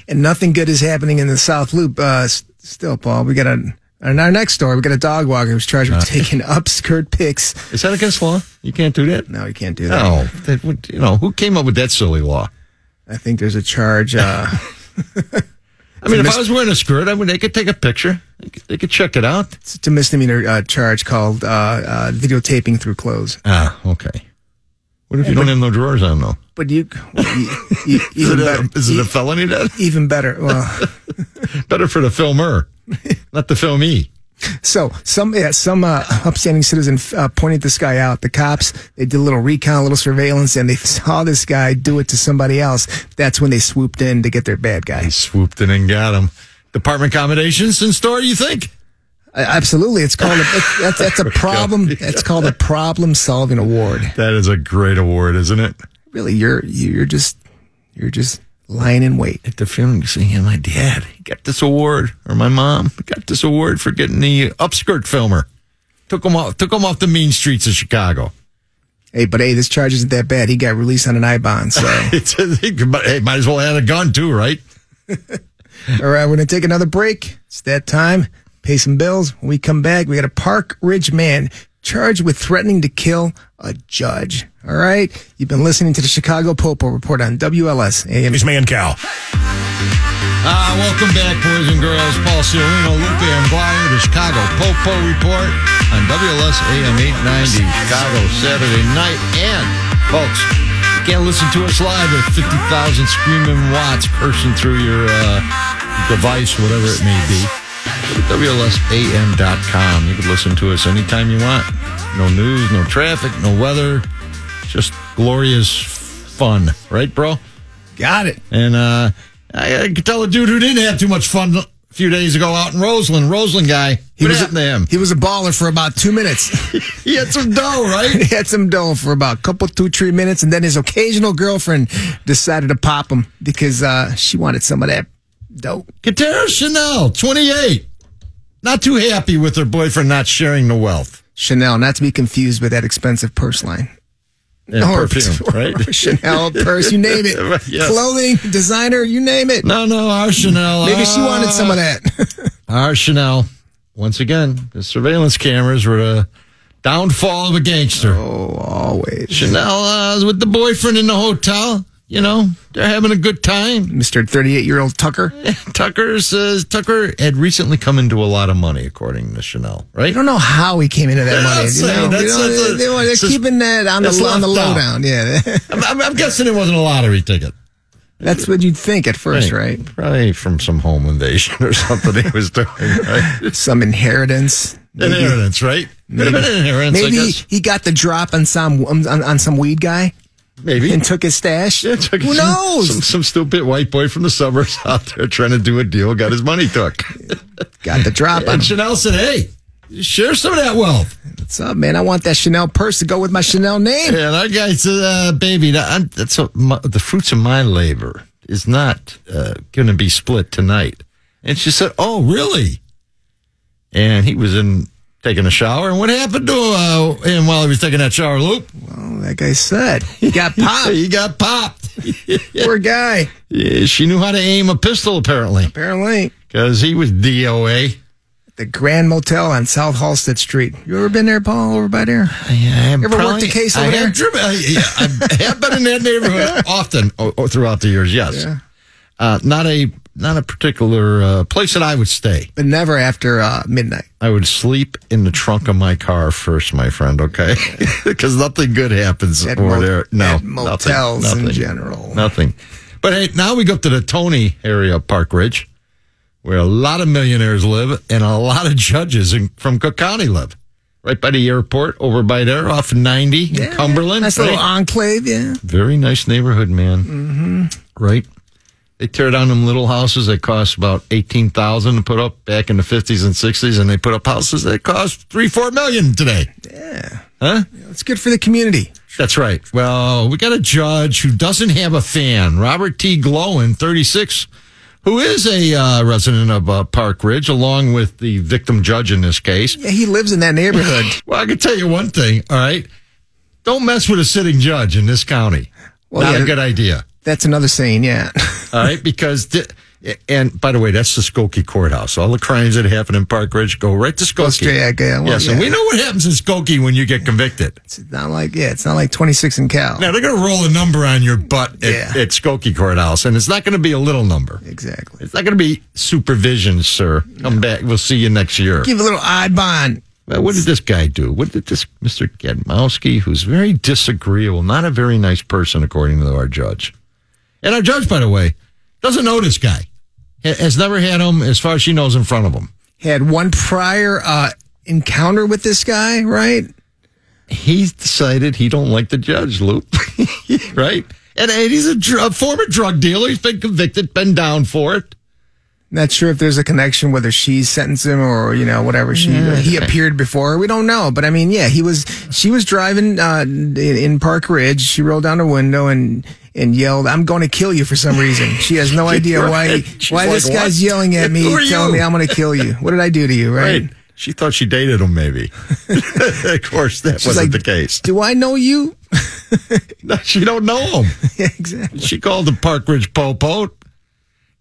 E: and nothing good is happening in the South Loop. Uh, s- still, Paul, we got a. In our next story, we got a dog walker who's charged
D: Uh.
E: with taking upskirt pics.
D: Is that against law? You can't do that.
E: No, you can't do that.
D: No, that would, you know who came up with that silly law?
E: I think there's a charge. Uh,
D: I mean, if I was wearing a skirt, I would. They could take a picture. They could, they could check it out.
E: it's a misdemeanor uh, charge called uh, uh, videotaping through clothes.
D: Ah, okay. What if you don't have no drawers on though?
E: But you, you- you-
D: Is
E: even
D: it
E: better.
D: a, is it
E: e-
D: a felony? Then
E: even better. Well,
D: better for the filmer, not the filmee.
E: So some yeah, some uh, upstanding citizen uh, pointed this guy out. The cops they did a little recon, a little surveillance, and they saw this guy do it to somebody else. That's when they swooped in to get their bad guy.
D: He swooped in and got him. Department accommodations in store. You think?
E: Uh, absolutely, it's called a, it's, that's that's a problem. It's called a problem solving award.
D: That is a great award, isn't it?
E: Really, you're you're just you're just lying in wait.
D: at the funeral, you see, yeah, my dad he got this award, or my mom got this award for getting the upskirt filmer. Took him off, took him off the mean streets of Chicago.
E: Hey, but hey, this charge isn't that bad. He got released on an I bond. So
D: It's, but hey, might as well have had a gun too, right?
E: all right, we're gonna take another break. It's that time. Pay some bills. When we come back, we got a Park Ridge man charged with threatening to kill a judge. All right, you've been listening to the Chicago Popo Report on WLS AM.
A: He's Man Cow.
D: Ah, welcome back, boys and girls. Paul Ciolino, Lupe Amblayer, the Chicago Popo Report on WLS AM 890, Chicago Saturday night. And, folks, you can't listen to us live at 50,000 screaming watts cursing through your uh, device, whatever it may be. Go to WLSAM.com. You can listen to us anytime you want. No news, no traffic, no weather. Just glorious fun, right, bro?
E: Got it.
D: And uh, I, I could tell a dude who didn't have too much fun a few days ago out in Roseland. Roseland guy. He was
E: was a-
D: happened to him?
E: He was a baller for about two minutes.
D: He had some dough, right?
E: he had some dough for about a couple, two, three minutes, and then his occasional girlfriend decided to pop him because uh, she wanted some of that dough.
D: Katara Chanel, 28. Not too happy with her boyfriend not sharing the wealth.
E: Chanel, not to be confused with that expensive purse line.
D: And
E: Or-
D: perfume,
E: or
D: right?
E: Chanel purse, you name it.
D: Yes.
E: Clothing, designer, you name it.
D: No, no, our Chanel.
E: Maybe she
D: ah,
E: wanted some of that.
D: Our Chanel. Once again, the surveillance cameras were the downfall of a gangster.
E: oh, always.
D: Chanel uh, is with the boyfriend in the hotel. You know, they're having a good time.
E: Mr. 38 year old Tucker. I
D: Tucker says Tucker had recently come into a lot of money, according to Chanel. Right?
E: don't know how he came into that
D: Yeah,
E: money.
D: that's
E: You
D: saying,
E: know,
D: that's-
E: You know,
D: that's a-
E: they, they, are
D: it's just-
E: keeping that on the,
D: it's
E: on the
D: locked out.
E: lowdown. Yeah.
D: I'm, I'm, I'm guessing it wasn't a lottery ticket.
E: That's what you'd think at first, right?
D: Probably from some home invasion or something he was doing. Right?
E: Some inheritance.
D: inheritance, right? Could have been an inheritance, I
E: Maybe he,
D: guess.
E: he got the drop on some on, on some weed guy
D: Maybe.
E: and took his stash.
D: Yeah, took
E: Who
D: some-
E: knows?
D: Some, some stupid white boy from the suburbs out there trying to do a deal got his money took.
E: got the drop on.
D: And
E: him.
D: Chanel said, hey, share some of that wealth.
E: What's up, man? I want that Chanel purse to go with my Chanel name.
D: Yeah, that guy said, uh, "Baby, that- I'm, that's what my, the fruits of my labor is not uh, going to be split tonight." And she said, "Oh, really?" And he was in taking a shower. And what happened to uh, him while he was taking that shower? Loop,
E: Well, like I said, he got popped.
D: he got popped.
E: Poor guy.
D: Yeah, she knew how to aim a pistol apparently,
E: Apparently,
D: because he was DOA.
E: the Grand Motel on South Halsted Street. You ever been there, Paul? Over by there?
D: Yeah, I'm
E: Ever worked a case
D: I
E: over
D: have
E: there?
D: driven- I, yeah, I have been in that neighborhood often o- o- throughout the years. Yes, uh, not a not a particular uh, place that I would stay.
E: But never after uh, midnight.
D: I would sleep in the trunk of my car first, my friend. Okay, because nothing good happens
E: At
D: over
E: mot-
D: there. No,
E: at motels
D: nothing,
E: in
D: nothing,
E: general.
D: nothing. But hey, now we go up to the Tony area of Park Ridge, where a lot of millionaires live and a lot of judges in, from Cook County live. Right by the airport, over by there, off 90 in Cumberland.
E: Nice little
D: right?
E: enclave, yeah.
D: Very nice neighborhood, man. Mm-hmm. Right? They tear down them little houses that cost about eighteen thousand to put up back in the fifties and sixties, and they put up houses that cost three, four million today.
E: Yeah.
D: Huh?
E: It's good for the community.
D: That's right. Well, we got a judge who doesn't have a fan, Robert T. Glowen, 36, who is a uh, resident of uh, Park Ridge, along with the victim judge in this case.
E: Yeah, he lives in that neighborhood.
D: Well, I can tell you one thing, all right? Don't mess with a sitting judge in this county.
E: Well,
D: Not
E: yeah.
D: a good idea.
E: That's another saying, yeah.
D: All right, because th- and by the way, that's the Skokie courthouse. All the crimes that happen in Park Ridge go right to Skokie.
E: straight, yeah, yeah, well,
D: yes,
E: yeah.
D: and we know what happens in Skokie when you get convicted.
E: It's not like yeah, it's not like twenty six and Cal.
D: Now they're going to roll a number on your butt at,
E: Yeah.
D: at Skokie courthouse, and it's not going to be a little number.
E: Exactly.
D: It's not going to be supervision, sir. Come back. We'll see you next year.
E: Give a little odd bond.
D: Well, what did this guy do? What did this Mr. Gadmowski, who's very disagreeable, not a very nice person, according to our judge? And our judge, by the way, doesn't know this guy. Ha- Has never had him, as far as she knows, in front of him.
E: He had one prior uh encounter with this guy, right?
D: He's decided he don't like the judge, Luke. right? And, and he's a, dr- a former drug dealer. He's been convicted, been down for it.
E: Not sure if there's a connection whether she sentenced him or you know whatever she he appeared before. her. We don't know, but I mean, yeah, he was. She was driving uh, in, in Park Ridge. She rolled down her window and and yelled, "I'm going to kill you" for some reason. She has no idea why
D: Right. She's
E: why this
D: like,
E: guy's
D: "What?
E: yelling at me,
D: Who are
E: telling
D: you?"
E: me I'm going to kill you. What did I do to you, right?
D: Right. She thought she dated him, maybe. of course, that
E: She's
D: wasn't the
E: like,
D: case.
E: Do I know you?
D: No, she don't know him.
E: yeah, exactly.
D: She called the Park Ridge Popo.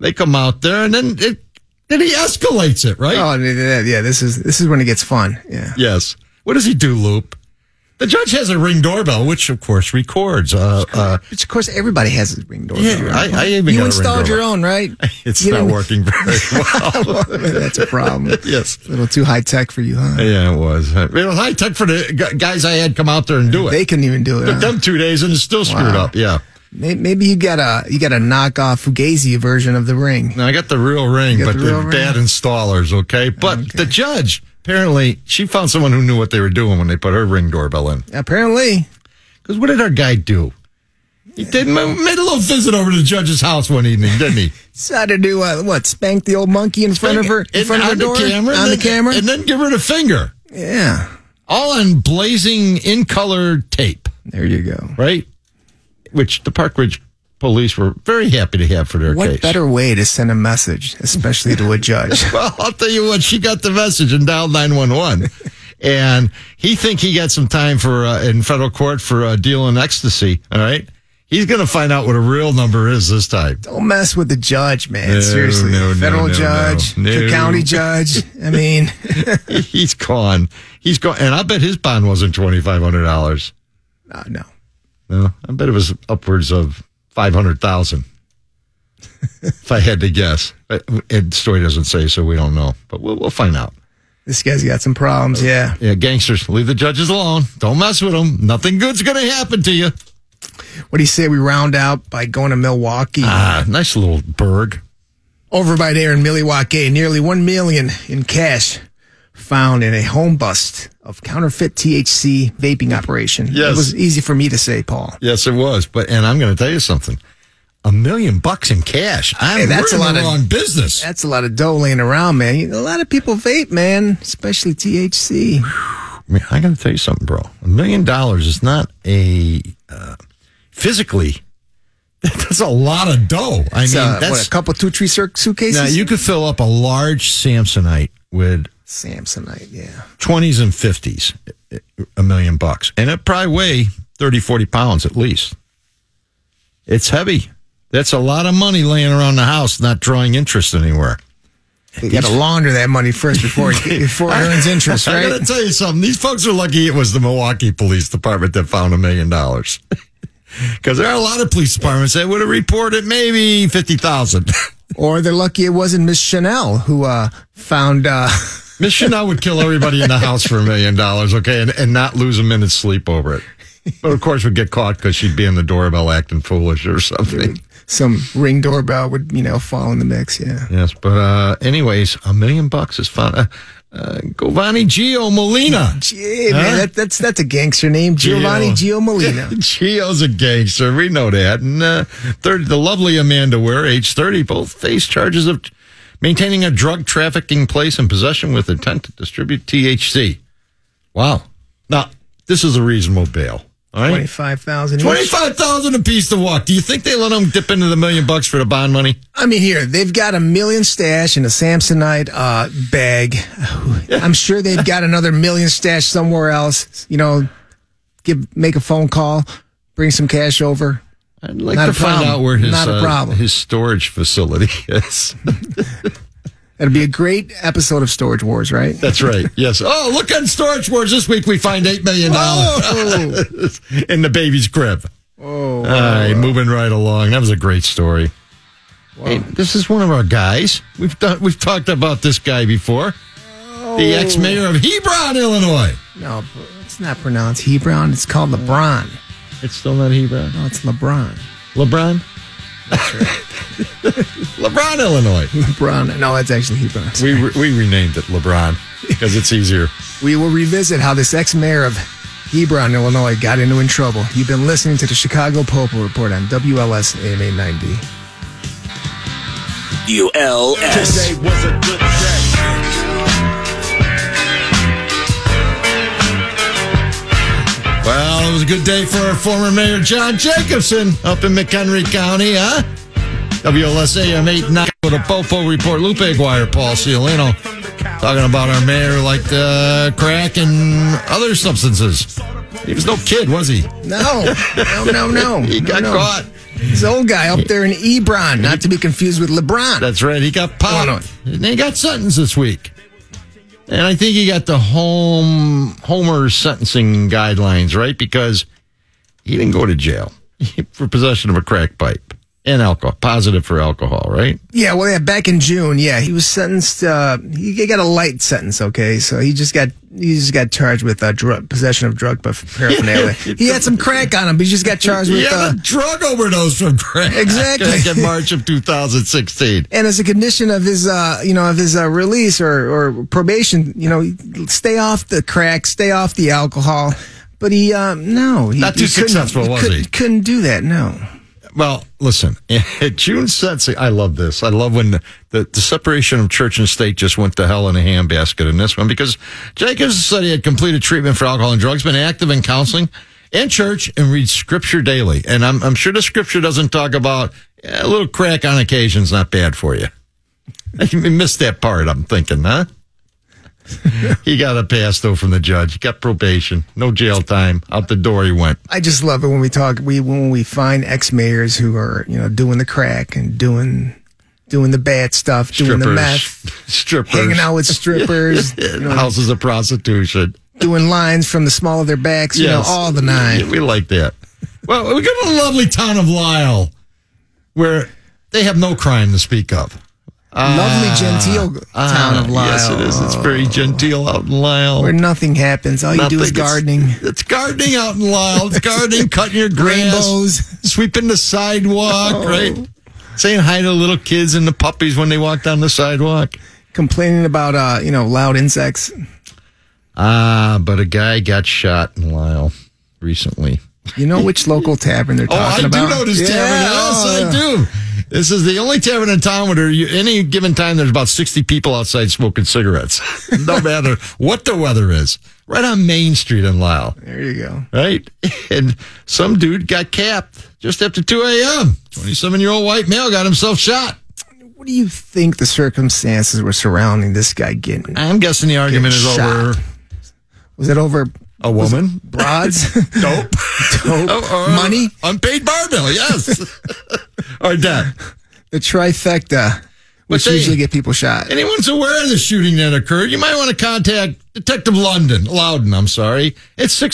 D: They come out there, and then it, then he escalates it, right?
E: Oh, and it- yeah. This is this is when it gets fun. Yeah.
D: Yes. What does he do, Loop? The judge has a ring doorbell, which of course records. Uh, uh,
E: Which of course everybody has a ring doorbell.
D: Yeah, I- I even got a
E: you
D: Ring
E: installed your
D: doorbell.
E: own, right?
D: it's
E: You
D: not
E: didn't-
D: working very well.
E: That's a problem.
D: yes.
E: A little too high tech for you, huh?
D: Yeah, it was. It was high tech for the gu- guys I had come out there and do it.
E: They couldn't even do it.
D: took
E: Huh?
D: them two days and it's still screwed
E: Wow.
D: up. Yeah.
E: May- Maybe you got a you got a knockoff Fugazi version of the ring.
D: Now I got the real ring,
E: You got
D: but
E: the
D: they're
E: real
D: bad installers. Okay, but the judge apparently she found someone who knew what they were doing when they put her ring doorbell in.
E: Apparently,
D: Because what did our guy do? He did ma- made a little visit over to the judge's house one evening, didn't he?
E: decided to uh, what spank the old monkey in front of her in, front of her
D: on
E: door
D: the camera,
E: on
D: and
E: the
D: then-
E: camera.
D: and then give her the finger,
E: yeah,
D: all on blazing in color tape,
E: there you go.
D: right? Which the Park Ridge police were very happy to have for their
E: What
D: case.
E: better way to send a message, especially to a judge?
D: Well, I'll tell you what, she got the message and dialed 911. and he think he got some time for uh, in federal court for uh, dealing ecstasy, all right? He's going to find out what a real number is this time.
E: Don't mess with the judge, man.
D: No,
E: Seriously,
D: no, no,
E: federal
D: no, no.
E: judge, the
D: No.
E: county judge. I mean,
D: He's gone. He's gone. And I bet his bond wasn't $2,500.
E: no, no.
D: No, I bet it was upwards of 500000 if I had to guess. But the story doesn't say, so we don't know. But we'll, we'll find out.
E: This guy's got some problems. Yeah.
D: Yeah, gangsters, leave the judges alone. Don't mess with them. Nothing good's going to happen to you.
E: What do you say we round out by going to Milwaukee?
D: Ah, nice little burg.
E: Over by there in Milwaukee, nearly one million in cash found in a home bust of counterfeit THC vaping operation.
D: Yes.
E: It was easy for me to say, Paul.
D: Yes, it was. But and I'm going to tell you something: a million bucks in cash. I'm
E: Hey, that's
D: we're
E: a
D: in
E: lot
D: the
E: of-
D: wrong business.
E: That's a lot of dough laying around, man. A lot of people vape, man, especially THC.
D: I mean, I got to tell you something, bro. A million dollars is not a uh, physically. That's a lot of dough. I mean,
E: It's, uh, what,
D: that's
E: a couple, two, three sur- suitcases?
D: now you could fill up a large Samsonite with
E: Samsonite, yeah.
D: 20s and 50s, a million bucks, and it probably weigh 30, 40 pounds at least. It's heavy. That's a lot of money laying around the house, not drawing interest anywhere.
E: You got to launder that money first before it, before it earns interest,
D: I
E: right?
D: gotta tell you something. These folks are lucky it was the Milwaukee Police Department that found a million dollars. Because there are a lot of police departments that would have reported maybe fifty thousand.
E: Or they're lucky it wasn't Miss Chanel who uh, found uh,
D: Miss Chanel would kill everybody in the house for a million dollars, okay, and, and not lose a minute's sleep over it. But of course, would get caught because she'd be in the doorbell acting foolish or something.
E: some ring doorbell would you know fall in the mix. Yeah,
D: Yes, but uh, anyways, a million bucks is fun. Uh, uh, Giovanni Gio Molina.
E: Gee, man, that, that's that's a gangster name, Giovanni Gio Molina.
D: Gio's a gangster. We know that. And uh, third, the lovely Amanda Ware, age 30, both face charges of maintaining a drug trafficking place and possession with intent to distribute THC. Wow. Now, this is a reasonable bail. All right.
E: Twenty-five thousand.
D: 25,000 a piece to walk. Do you think they let them dip into the million bucks for the bond money?
E: I mean, here they've got a million stash in a Samsonite uh, bag. I'm sure they've got another million stash somewhere else. You know, give make a phone call, bring some cash over.
D: I'd like
E: Not
D: to
E: a
D: find
E: problem.
D: out where his
E: Not a
D: uh,
E: problem.
D: his storage facility is.
E: It'll be a great episode of Storage Wars, right?
D: That's right. Yes. Oh, look on storage wars this week. We find eight million dollars in the baby's crib. Oh, all right, moving right along. That was a great story. Hey, this is one of our guys. We've done, we've talked about this guy before. The ex mayor of Hebron, Illinois.
E: No, it's not pronounced Hebron. It's called LeBron.
D: It's still not Hebron.
E: No, it's LeBron.
D: LeBron. LeBron, Illinois.
E: LeBron. No, it's actually Hebron.
D: We re- we renamed it LeBron because it's easier.
E: We will revisit how this ex mayor of Hebron, Illinois, got into in trouble. You've been listening to the Chicago Popo Report on WLS AMA 90.
C: ULS.
A: Today was a good day.
D: Well, it was a good day for our former mayor John Jacobson up in McHenry County, huh? WLSAM 89 with a Popo report. Lupe Aguirre, Paul Ciolino, talking about our mayor like uh, crack and other substances. He was no kid, was he?
E: No, no, no, Oh, no.
D: He
E: No,
D: got
E: no.
D: caught.
E: This old guy up there in Hebron, not to be confused with LeBron.
D: That's right. He got popped.
E: Illinois.
D: And he got sentenced this week. And I think he got the home Homer sentencing guidelines, right? Because he didn't go to jail for possession of a crack pipe and alcohol, positive for alcohol, right?
E: yeah, well, yeah, back in June, yeah, he was sentenced. Uh, he he got a light sentence, okay, so he just got he just got charged with uh, drug possession of drug paraphernalia. he had some crack on him, but he just got charged
D: He
E: with.
D: had
E: Uh,
D: a drug overdose from crack.
E: Exactly.
D: Back in March of 2016.
E: and as a condition of his, uh, you know, of his uh, release or, or probation, you know, stay off the crack, stay off the alcohol. But he, um, no, he,
D: Not too
E: he couldn't-
D: successful, was
E: couldn't-
D: he?
E: Couldn't do that. No.
D: Well, listen, June sentencing, I love this. I love when the, the, separation of church and state just went to hell in a handbasket in this one because Jacobs said he had completed treatment for alcohol and drugs, been active in counseling and church, and reads scripture daily. And I'm, I'm sure the scripture doesn't talk about eh, a little crack on occasion is not bad for you. You missed that part, I'm thinking, huh? he got a pass, though, from the judge. He got probation, no jail time. Out the door he went.
E: I just love it when we talk. We when we find ex mayors who are you know doing the crack and doing doing the bad stuff, doing the meth,
D: strippers,
E: hanging out with strippers, you know,
D: houses of prostitution.
E: doing lines from the small of their backs. You know
D: Yes.
E: all the nine.
D: Yeah, we like that. Well, we go to the lovely town of Lyle, where they have no crime to speak of.
E: Lovely genteel town
D: Ah,
E: of Lyle,
D: Yes, it is. It's very genteel out in Lyle.
E: where nothing happens. All you do
D: Nothing.
E: is
D: It's-
E: gardening.
D: It's, gardening out in Lyle. It's gardening, cutting your grass,
E: Rainbows. Oh.
D: sweeping the sidewalk, right? Saying hi to little kids and the puppies when they walk down the sidewalk.
E: complaining about uh, you know loud insects.
D: Ah, but a guy got shot in Lyle recently.
E: You know which local tavern they're
D: Oh, I
E: talking about?
D: do know this
E: Yeah,
D: tavern. Yes,
E: oh,
D: I do. This is the only tavern in town where you, any given time there's about 60 people outside smoking cigarettes, no matter what the weather is. Right on Main Street in Lyle,
E: There you go.
D: right? And some dude got capped just after 2 a.m. 27 year old white male got himself shot.
E: What do you think the circumstances were surrounding this guy getting?
D: I'm guessing the argument is
E: Shot.
D: over
E: Was it over
D: a woman.
E: broads,
D: Dope.
E: dope,
D: Or
E: money,
D: Unpaid bar bill, yes. or debt.
E: the trifecta, which
D: they-
E: usually get people shot?
D: anyone's aware of the shooting that occurred, you might want to contact Detective London, Loudon, I'm sorry. It's oh,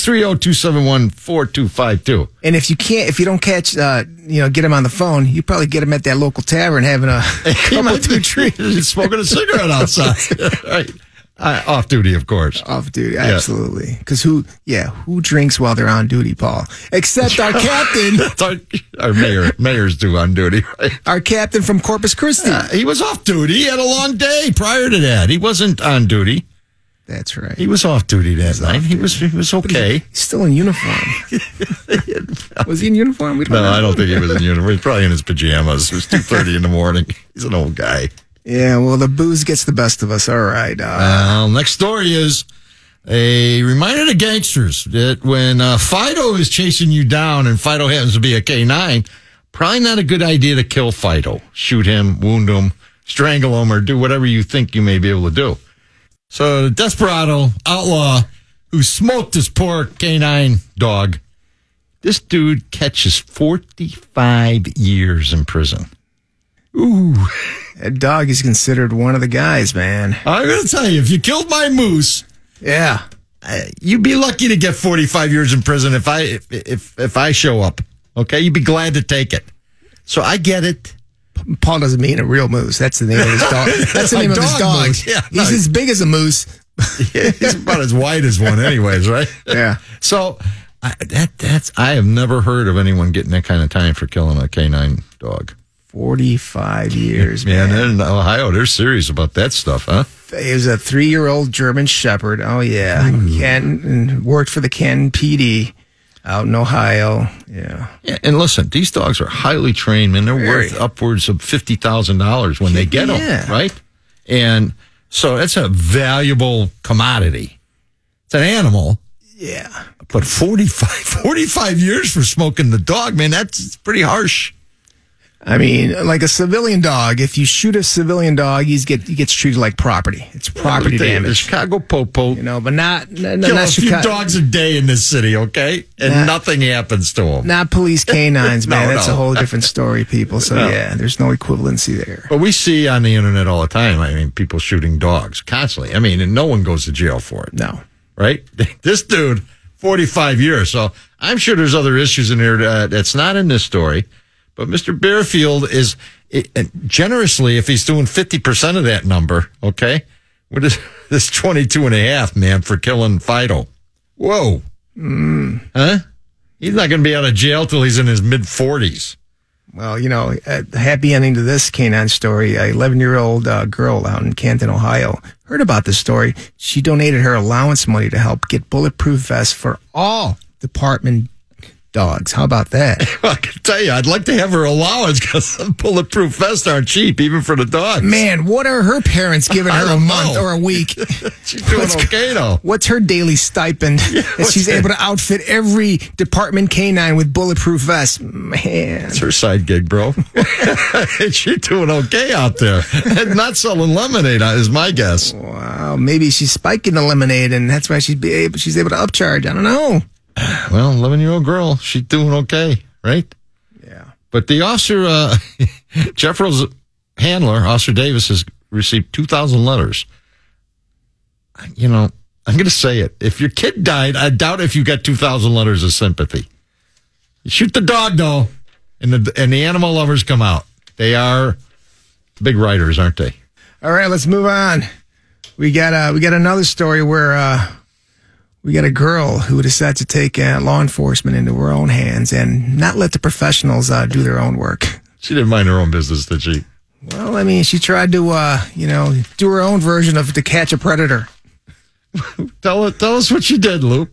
D: 630-271-4252.
E: And if you can't, if you don't catch, uh, you know, get him on the phone, you probably get him at that local tavern having a
D: He
E: couple
D: might
E: two
D: be
E: trees.
D: smoking a cigarette outside. right. Uh, off duty, of course.
E: Off duty, Oh, absolutely. Because who, yeah, who drinks while they're on duty, Paul? Except our captain,
D: That's our, our mayor. Mayor's do on duty, right?
E: our captain
D: Uh,
E: from Corpus Christi.
D: He was off duty. He had a long day prior to that. He wasn't on duty.
E: That's right.
D: He was off duty that night. He was he was okay.
E: He's still in uniform. was he in uniform? We don't
D: No,
E: know.
D: I don't think he was in uniform. He's probably in his pajamas. It was two thirty in the morning. He's an old guy.
E: Yeah, well, the booze gets the best of us. All right. Uh,
D: Uh, next story is a reminder to gangsters that when uh, Fido is chasing you down and Fido happens to be a K9, probably not a good idea to kill Fido. Shoot him, wound him, strangle him, or do whatever you think you may be able to do. So the desperado outlaw who smoked this poor K9 dog, this dude catches 45 years in prison.
E: that dog is considered one of the guys, man.
D: I'm going to tell you, if you killed my moose,
E: Yeah.
D: you'd be lucky to get 45 years in prison if I if if, if I show up. Okay, you'd be glad to take it. So I get it.
E: Paul doesn't mean a real moose. That's the name of his dog. That's the
D: A
E: name of his
D: dog
E: dog.
D: moose. Yeah, no.
E: He's as big as a moose.
D: He's about as wide as one, anyways, right?
E: Yeah.
D: So I, that that's I have never heard of anyone getting that kind of time for killing a canine dog.
E: 45 years,
D: Yeah,
E: man.
D: and in Ohio, they're serious about that stuff, huh?
E: He was a three year old German Shepherd. Oh, yeah.
D: Hmm.
E: Ken and worked for the Ken PD out in Ohio. Yeah.
D: Yeah, and listen, these dogs are highly trained, man. They're
E: Very.
D: worth upwards of fifty thousand dollars when they get them,
E: Yeah.
D: right? And so that's a valuable commodity. It's an animal,
E: Yeah.
D: but 45, 45 years for smoking the dog, man. That's pretty harsh.
E: I mean, like a civilian dog, if you shoot a civilian dog, he's get, he gets treated like property. It's property
D: Let me tell you, The
E: damage.
D: Chicago Popo
E: You know, but not, n-
D: kill
E: not,
D: a few
E: Chica-
D: dogs a day in this city, okay, and
E: Nah.
D: nothing happens to them.
E: not police canines, man.
D: No,
E: That's
D: no.
E: a whole different story, people. So, yeah, there's no equivalency there.
D: But we see on the internet all the time. I mean, people shooting dogs constantly. I mean, and no one goes to jail for it.
E: No.
D: right? This dude, 45 years. So I'm sure there's other issues in here uh, that's not in this story. But Mr. Bearfield is it, and generously, if he's doing 50% of that number, okay? What is this 22 and a half, man, for killing Fido? Whoa.
E: Hmm.
D: Huh? He's not going to be out of jail till he's in his mid 40s.
E: Well, you know, a happy ending to this canine story. A 11 year old uh, girl out in Canton, Ohio, heard about this story. She donated her allowance money to help get bulletproof vests for all department dogs. How about that?
D: I can tell you, I'd like to have her allowance because bulletproof vests aren't cheap, even for the dogs.
E: Man, what are her parents giving
D: I
E: her a
D: don't
E: month
D: know.
E: or a week?
D: She's doing
E: Let's go-
D: okay, though.
E: What's her daily stipend? that
D: what's
E: she's
D: that?
E: able to outfit every department canine with bulletproof vests. Man.
D: It's her side gig, bro. She's doing okay out there. And not selling lemonade uh, is my guess.
E: Wow. Maybe she's spiking the lemonade and that's why she's, be able, she's able to upcharge. I don't know.
D: Well, 11 year old girl, she's doing okay, right?
E: Yeah.
D: But the officer, uh, Jeffrell's handler, Officer Davis, has received 2,000 letters. You know, I'm going to say it. If your kid died, I doubt if you got 2,000 letters of sympathy. You shoot the dog, though, and the, and the animal lovers come out. They are big writers, aren't they?
E: All right, let's move on. We got uh, we got another story where uh, we got a girl who decides to take uh, law enforcement into her own hands and not let the professionals uh, do their own work.
D: She didn't mind her own business, did she?
E: Well, I mean, she tried to uh, you know do her own version of to catch a predator.
D: Tell tell us what she did, Luke.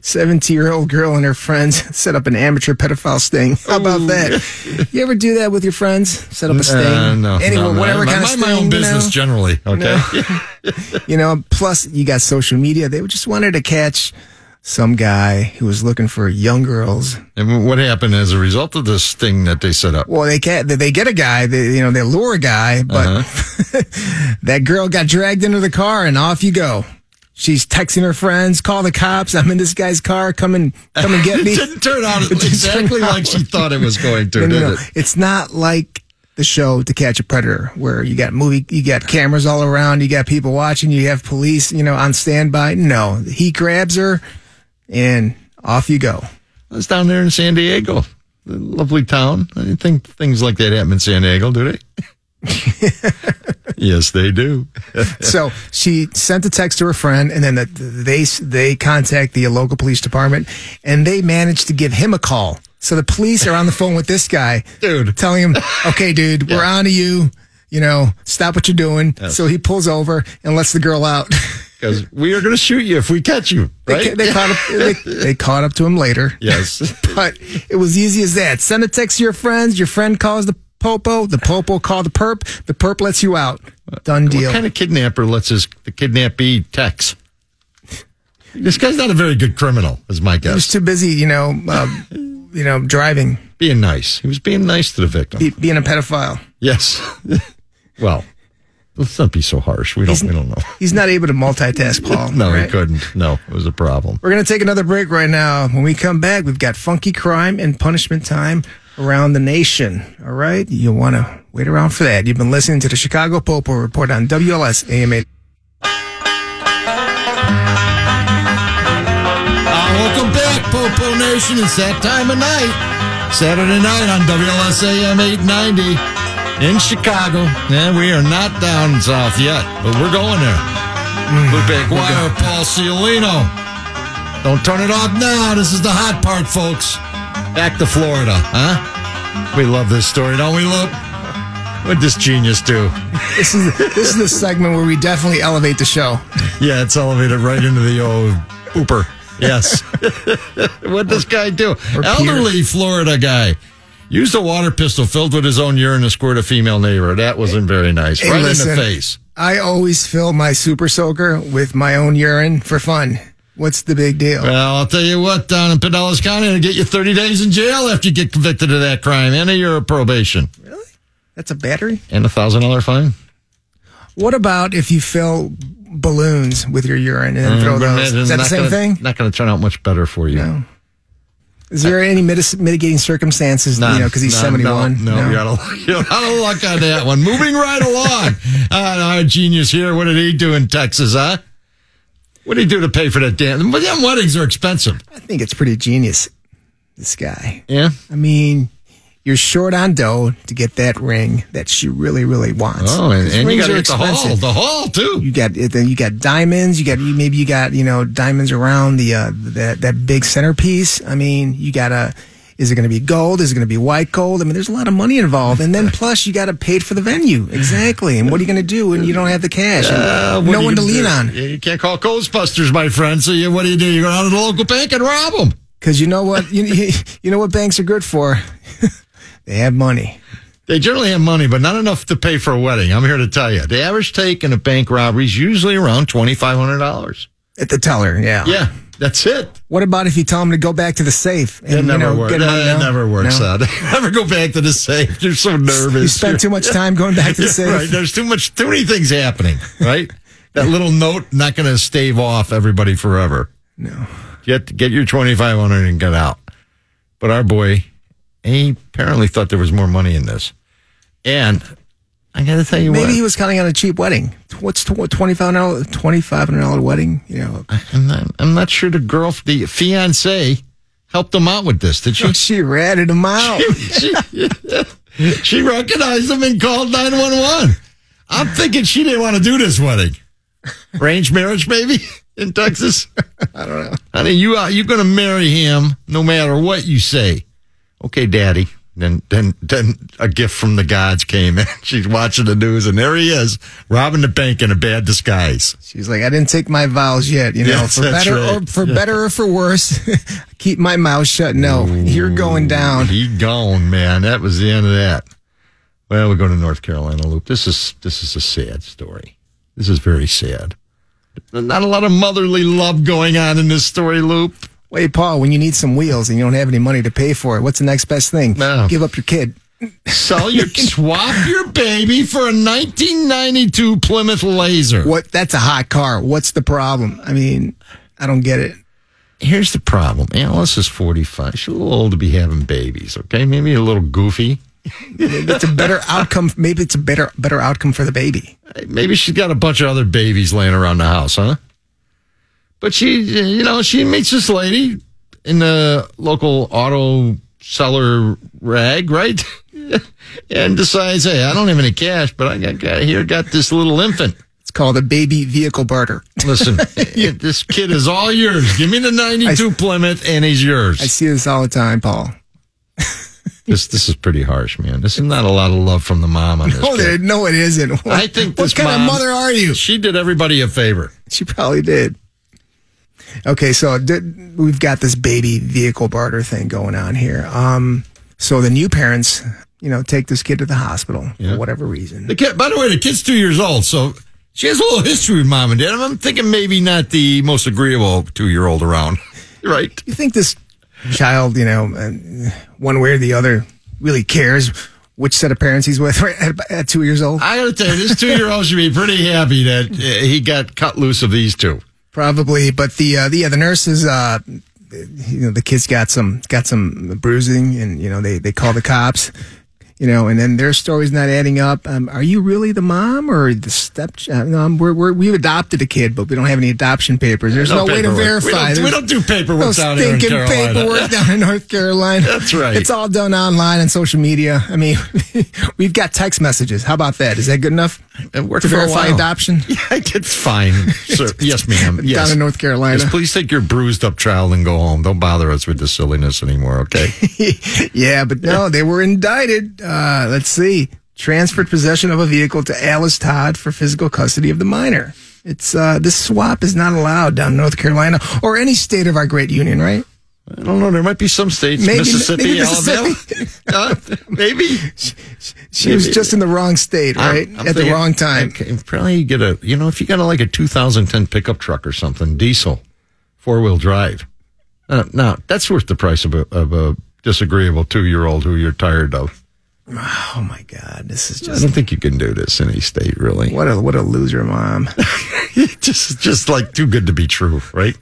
E: Seventy year old girl and her friends set up an amateur pedophile sting. How about that? you ever do that with your friends? Set up a sting?
D: Uh, no,
E: anyway,
D: no, no.
E: whatever
D: I
E: kind
D: mind
E: of
D: my
E: sting,
D: own
E: you
D: business
E: know?
D: generally. Okay,
E: You know, plus you got social media. They just wanted to catch some guy who was looking for young girls.
D: and what happened as a result of this thing that they set up?
E: Well, they get they- they get a guy. They you know they lure a guy, but that girl got dragged into the car and off you go. She's texting her friends, call the cops. I'm in this guy's car. Come and come and get me.
D: It didn't turn out
E: didn't
D: exactly
E: turn out-
D: like she thought it was going to,
E: No, no,
D: did
E: no.
D: it?
E: It's not like the show To Catch a Predator, where you got movie, you got cameras all around, you got people watching, you have police, you know, on standby. No, he grabs her, and off you go.
D: I was down there in San Diego, a lovely town. I didn't think things like that happen in San Diego, do they? yes, they do.
E: so she sent a text to her friend, and then the, they they contact the local police department, and they managed to give him a call. So the police are on the phone with this guy,
D: Dude.
E: telling him, "Okay, dude, we're on to you. You know, stop what you're doing." So he pulls over and lets the girl out.
D: because we are going to shoot you if we catch you,
E: They,
D: right?
E: they caught up. They, they caught up to him later.
D: yes.
E: But it was easy as that. Send a text to your friends. Your friend calls the popo. The popo call the perp. The perp lets you out. Done deal.
D: What kind of kidnapper lets his the kidnappee text? This guy's not a very good criminal, is my
E: he was
D: guess.
E: too busy, you know, um, you know, driving,
D: Being nice, he was being nice to the victim.
E: be, being a pedophile.
D: yes. well, let's not be so harsh. We don't. We don't know.
E: He's not able to multitask, Paul.
D: No,
E: right?
D: he couldn't. No, it was a problem.
E: We're gonna take another break right now. When we come back, we've got funky crime and punishment time around the nation. All right, you wanna wait around for that. You've been listening to the Chicago Popo Report on WLS AM eight.
D: Ah, welcome back, Popo Nation. It's that time of night. Saturday night on WLSAM 890 in Chicago. And we are not down south yet, but we're going there. Luke McGuire, Paul Ciolino. Don't turn it off now. This is the hot part, folks. Back to Florida, huh? We love this story, don't we, Luke? What'd this genius do?
E: This is this is the segment where we definitely elevate the show.
D: Yeah, it's elevated right into the old pooper. Yes. what does guy do? Elderly Florida guy used a water pistol filled with his own urine to squirt a female neighbor. That wasn't very nice.
E: Hey,
D: right in the
E: listen,
D: face.
E: I always fill my super soaker with my own urine for fun. What's the big deal?
D: Well, I'll tell you what, down in Pinellas County, it'll get you 30 days in jail after you get convicted of that crime and a year of probation
E: That's a battery.
D: and a $1,000 fine.
E: What about if you fill balloons with your urine and
D: Mm,
E: then throw those? Is that the
D: Not
E: same
D: gonna-
E: thing?
D: Not going to turn out much better for you.
E: No. Is there any mitis- mitigating circumstances?
D: No,
E: you know, because he's
D: no,
E: seventy-one.
D: No, no, You're, out of, you're out of luck on that one. Moving right along. Uh, our genius here. What did he do in Texas, huh? What did he do to pay for that damn? But damn weddings are expensive.
E: I think it's pretty genius. This guy.
D: Yeah.
E: I mean, you're short on dough to get that ring that she really, really wants.
D: Oh, and,
E: These
D: and you
E: rings
D: got to
E: are
D: get the hall.
E: expensive.
D: The hall too.
E: You got eh, then you got diamonds. You got you- maybe you got you know diamonds around the uh, that that big centerpiece. I mean, you gotta. Is it going to be gold? Is it going to be white gold? I mean, there's a lot of money involved, and then plus you got to pay for the venue exactly. And what are you going to do when you don't have the cash? And
D: Uh, what
E: no
D: do
E: one
D: you
E: to lean
D: do?
E: on.
D: Yeah, You can't call Ghostbusters, my friend. So you, what do you do? You go down to the local bank and rob them.
E: Because you know what you, you you know what banks are good for. they have money.
D: They generally have money, but not enough to pay for a wedding. I'm here to tell you. The average take in a bank robbery is usually around twenty five hundred dollars.
E: At the teller, yeah.
D: Yeah, that's it.
E: What about if you tell them to go back to the safe? And,
D: It never
E: you know,
D: works.
E: get
D: It
E: money? No,
D: never works uh,
E: no.
D: out. never go back to the safe. You're so nervous.
E: You spent too much time going back to the safe.
D: Right. There's too much, too many things happening. Right. that little note not going to stave off everybody forever.
E: No.
D: Get get your twenty five hundred and get out. But our boy, he apparently thought there was more money in this, and I got to tell you
E: Maybe
D: what.
E: he was counting on a cheap wedding. What's twenty five dollar twenty five hundred dollar wedding? You know,
D: I'm not, I'm not sure the girl, the fiance, helped him out with this. Did she?
E: she ratted him out.
D: she, she recognized him and called 911. I'm thinking she didn't want to do this wedding. Arranged marriage, maybe, in Texas? I don't know. Honey, you, uh, you're going to marry him no matter what you say. Okay, daddy. Then, then, then a gift from the gods came in. She's watching the news, and there he is, robbing the bank in a bad disguise.
E: She's like, I didn't take my vows yet. You know,
D: Yes,
E: for
D: that's
E: better
D: right.
E: or for better or for worse, keep my mouth shut. No, you're going down.
D: He gone, man. That was the end of that. Well, we go to North Carolina loop. This is this is a sad story. This is very sad. Not a lot of motherly love going on in this story loop.
E: Wait, Paul, when you need some wheels and you don't have any money to pay for it, what's the next best thing?
D: No.
E: Give up your kid.
D: Sell your swap your baby for a 1992 Plymouth Laser.
E: What? That's a hot car. What's the problem? I mean, I don't get it.
D: Here's the problem. Alice is 45. She's a little old to be having babies. Okay, maybe a little goofy.
E: It's a better outcome. Maybe it's a better better outcome for the baby.
D: maybe she's got a bunch of other babies laying around the house, huh? But she, you know, she meets this lady in the local auto seller rag, right? and decides, hey, I don't have any cash, but I got, got here, got this little infant.
E: It's called a baby vehicle barter.
D: Listen, eh, this kid is all yours. Give me the 92 Plymouth and he's yours.
E: I see this all the time, Paul.
D: This this is pretty harsh, man. This is not a lot of love from the mom on this.
E: Oh,
D: kid.
E: there- no, it isn't. What,
D: I think
E: what
D: this
E: kind
D: mom-
E: of mother are you?
D: She did everybody a favor.
E: She probably did. Okay, so did, we've got this baby vehicle barter thing going on here. Um, so the new parents, you know, take this kid to the hospital
D: Yeah.
E: for whatever reason.
D: The kid, by the way, the kid's two years old, so she has a little history with mom and dad. I'm thinking maybe not the most agreeable two year old around. Right.
E: you think this child, you know, uh, one way or the other, really cares which set of parents he's with at, at two years old?
D: I gotta tell you, this two year old should be pretty happy that uh, he got cut loose of these two.
E: Probably, but the uh, the yeah, the nurses, uh, you know, the kids got some got some bruising, and you know they they call the cops. You know, and then their story's not adding up. Um, are you really the mom or the step? uh, No, I'm, we're, we're, we've adopted a kid, but we don't have any adoption papers. There's no, way to
D: paperwork. We
E: verify.
D: don't, we
E: There's-
D: don't do paperwork
E: no
D: down here in
E: stinking
D: Carolina.
E: paperwork down in North Carolina.
D: That's right.
E: It's all done online and social media. I mean, we've got text messages. How about that? Is that good enough
D: It worked
E: to
D: for a
E: verify
D: while.
E: adoption?
D: Yeah, I did fine. Sir. Yes, ma'am. Yes.
E: Down in North Carolina.
D: Yes, please take your bruised up child and go home. Don't bother us with this silliness anymore, okay?
E: yeah, but no, they were indicted. Uh, let's see. Transferred possession of a vehicle to Alice Todd for physical custody of the minor. It's uh, this swap is not allowed down in North Carolina or any state of our great union, right?
D: I don't know. There might be some states,
E: Maybe-
D: Mississippi,
E: maybe
D: Alabama. Uh, maybe.
E: She was
D: Maybe.
E: just in the wrong state, right?
D: I'm- I'm
E: At the
D: thinking-
E: wrong time.
D: Okay, probably get a, you know, if you got a, like a 2010 pickup truck or something, diesel, four wheel drive. Uh, now, that's worth the price of a, of a disagreeable two year old who you're tired of.
E: Oh my God, this is
D: I
E: just
D: don't think you can do this in any state, really.
E: what a what a loser, mom.
D: just, just like too good to be true, right?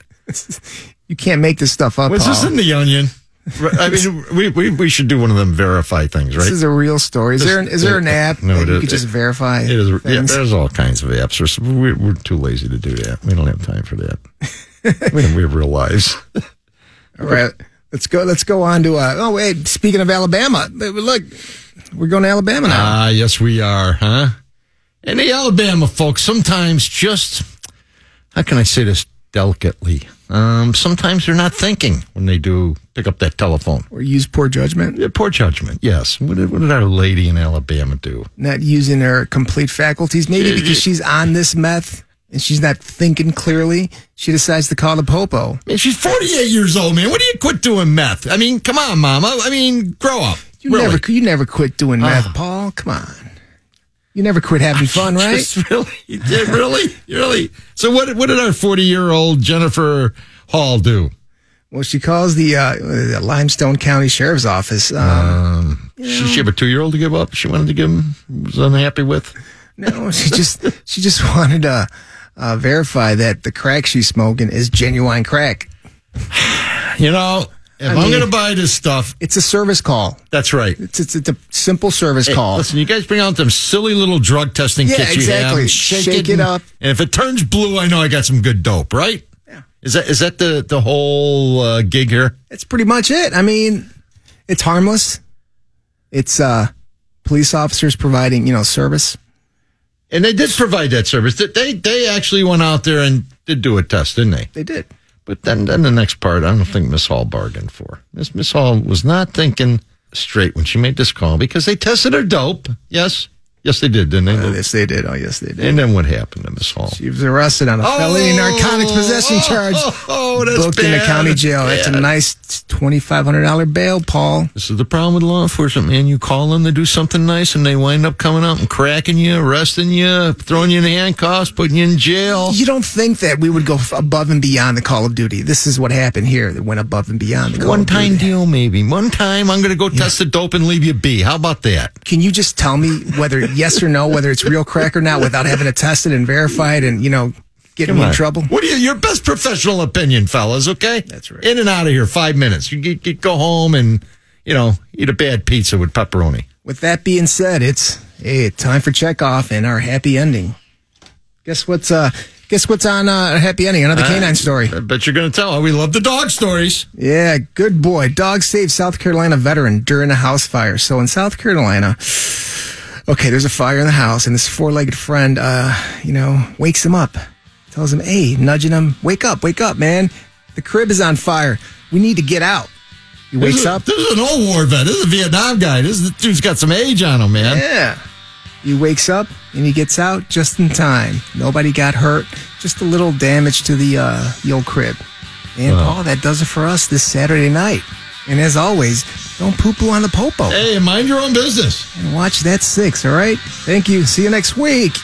E: You can't make this stuff up.
D: Was this
E: Paul.
D: in the Onion? I mean, we, we we should do one of them verify things, right?
E: This is a real story. Is there an, is there an app
D: No,
E: that
D: it
E: you
D: is-
E: could just verify?
D: It is. Yeah,
E: things?
D: there's all kinds of apps. There's- We're, we're too lazy to do that. We don't have time for that. we, have, we have real lives.
E: All right, let's go. Let's go on to. Uh, oh wait, speaking of Alabama, but look, we're going to Alabama now.
D: Ah, yes, we are, huh? And the Alabama folks sometimes just how can I say this delicately? Um, sometimes they're not thinking when they do pick up that telephone.
E: or use poor judgment,
D: Yeah, poor judgment. Yes. What did, what did our lady in Alabama do?
E: not using her complete faculties. Maybe because she's on this meth and she's not thinking clearly. She decides to call the popo.
D: Man, she's 48 years old, man. What do you quit doing meth? I mean, come on, mama. I mean, grow up.
E: You
D: Really. Ah.
E: never, you never quit doing meth, Paul. Come on, you never quit having fun, right?
D: Just really, you did, really, really. So what? What did our 40 year old Jennifer Hall do?
E: Well, she calls the, uh, the Limestone County Sheriff's Office. Um,
D: Uh-huh. She, she have a two year old to give up. She wanted to give him. Was unhappy with.
E: no, she just she just wanted to uh, verify that the crack she's smoking is genuine crack.
D: You know, if I am
E: mean-
D: gonna buy this stuff,
E: It's a service call.
D: that's right.
E: It's it's, it's a simple service
D: Hey,
E: call.
D: Listen, you guys bring out them silly little drug testing
E: Yeah,
D: kits you
E: exactly.
D: have.
E: Shake it
D: and-
E: up.
D: and if it turns blue, I know I got some good dope. Right? Yeah. Is that is that the the whole uh, gig here?
E: That's pretty much it. I mean, it's harmless. It's uh, police officers providing you know service.
D: And they did provide that service. They- They they actually went out there and did do a test, didn't they?
E: They did.
D: But then, then the next part, I don't think Miss Hall bargained for. Miss Miss Hall was not thinking straight when she made this call because they tested her dope. Yes, yes, they did, didn't they?
E: Oh, yes, they did. Oh, yes, they did.
D: and then what happened to Miss Hall?
E: She was arrested on a felony narcotics possession
D: oh,
E: charge.
D: Oh, oh, that's
E: booked in the
D: bad.
E: county jail.
D: That's
E: That's a
D: bad.
E: nice twenty five hundred dollar bail, Paul.
D: This is the problem with law enforcement, man. You call them, they do something nice, and they wind up coming out and cracking you, arresting you, throwing you in handcuffs, putting you in jail.
E: You don't think that we would go f- above and beyond the Call of Duty. This is what happened here that went above and beyond the Call
D: One
E: of Duty.
D: time deal, maybe. One time, I'm going to go test the dope and leave you be. How about that?
E: Can you just tell me whether yes or no, whether it's real crack or not without having it tested and verified and, you know, getting me in
D: Come on.
E: trouble?
D: What do you, your best professional opinion, fellas, okay? That's
E: right.
D: In and out of here, five minutes. You get, get- go home and, you know, eat a bad pizza with pepperoni.
E: With that being said, it's hey, time for checkoff and our happy ending. Guess what's uh guess what's on uh happy ending? Another canine story.
D: I bet you're going to tell. Oh, we love the dog stories.
E: Yeah, good boy. Dog saved South Carolina veteran during a house fire. So in South Carolina, okay, there's a fire in the house, and this four-legged friend, uh, you know, wakes him up, tells him, "Hey, nudging him, wake up, wake up, man. The crib is on fire. We need to get out." He wakes
D: this is,
E: up.
D: This is an old war vet. This is a Vietnam guy. This is, dude's got some age on him, man.
E: Yeah. He wakes up and he gets out just in time. Nobody got hurt. Just a little damage to the uh, the old crib. And Paul, that does it for us this Saturday night. And as always, don't poo poo on the popo
D: Eh. Hey, mind your own business.
E: and watch that six. All right. Thank you. See you next week.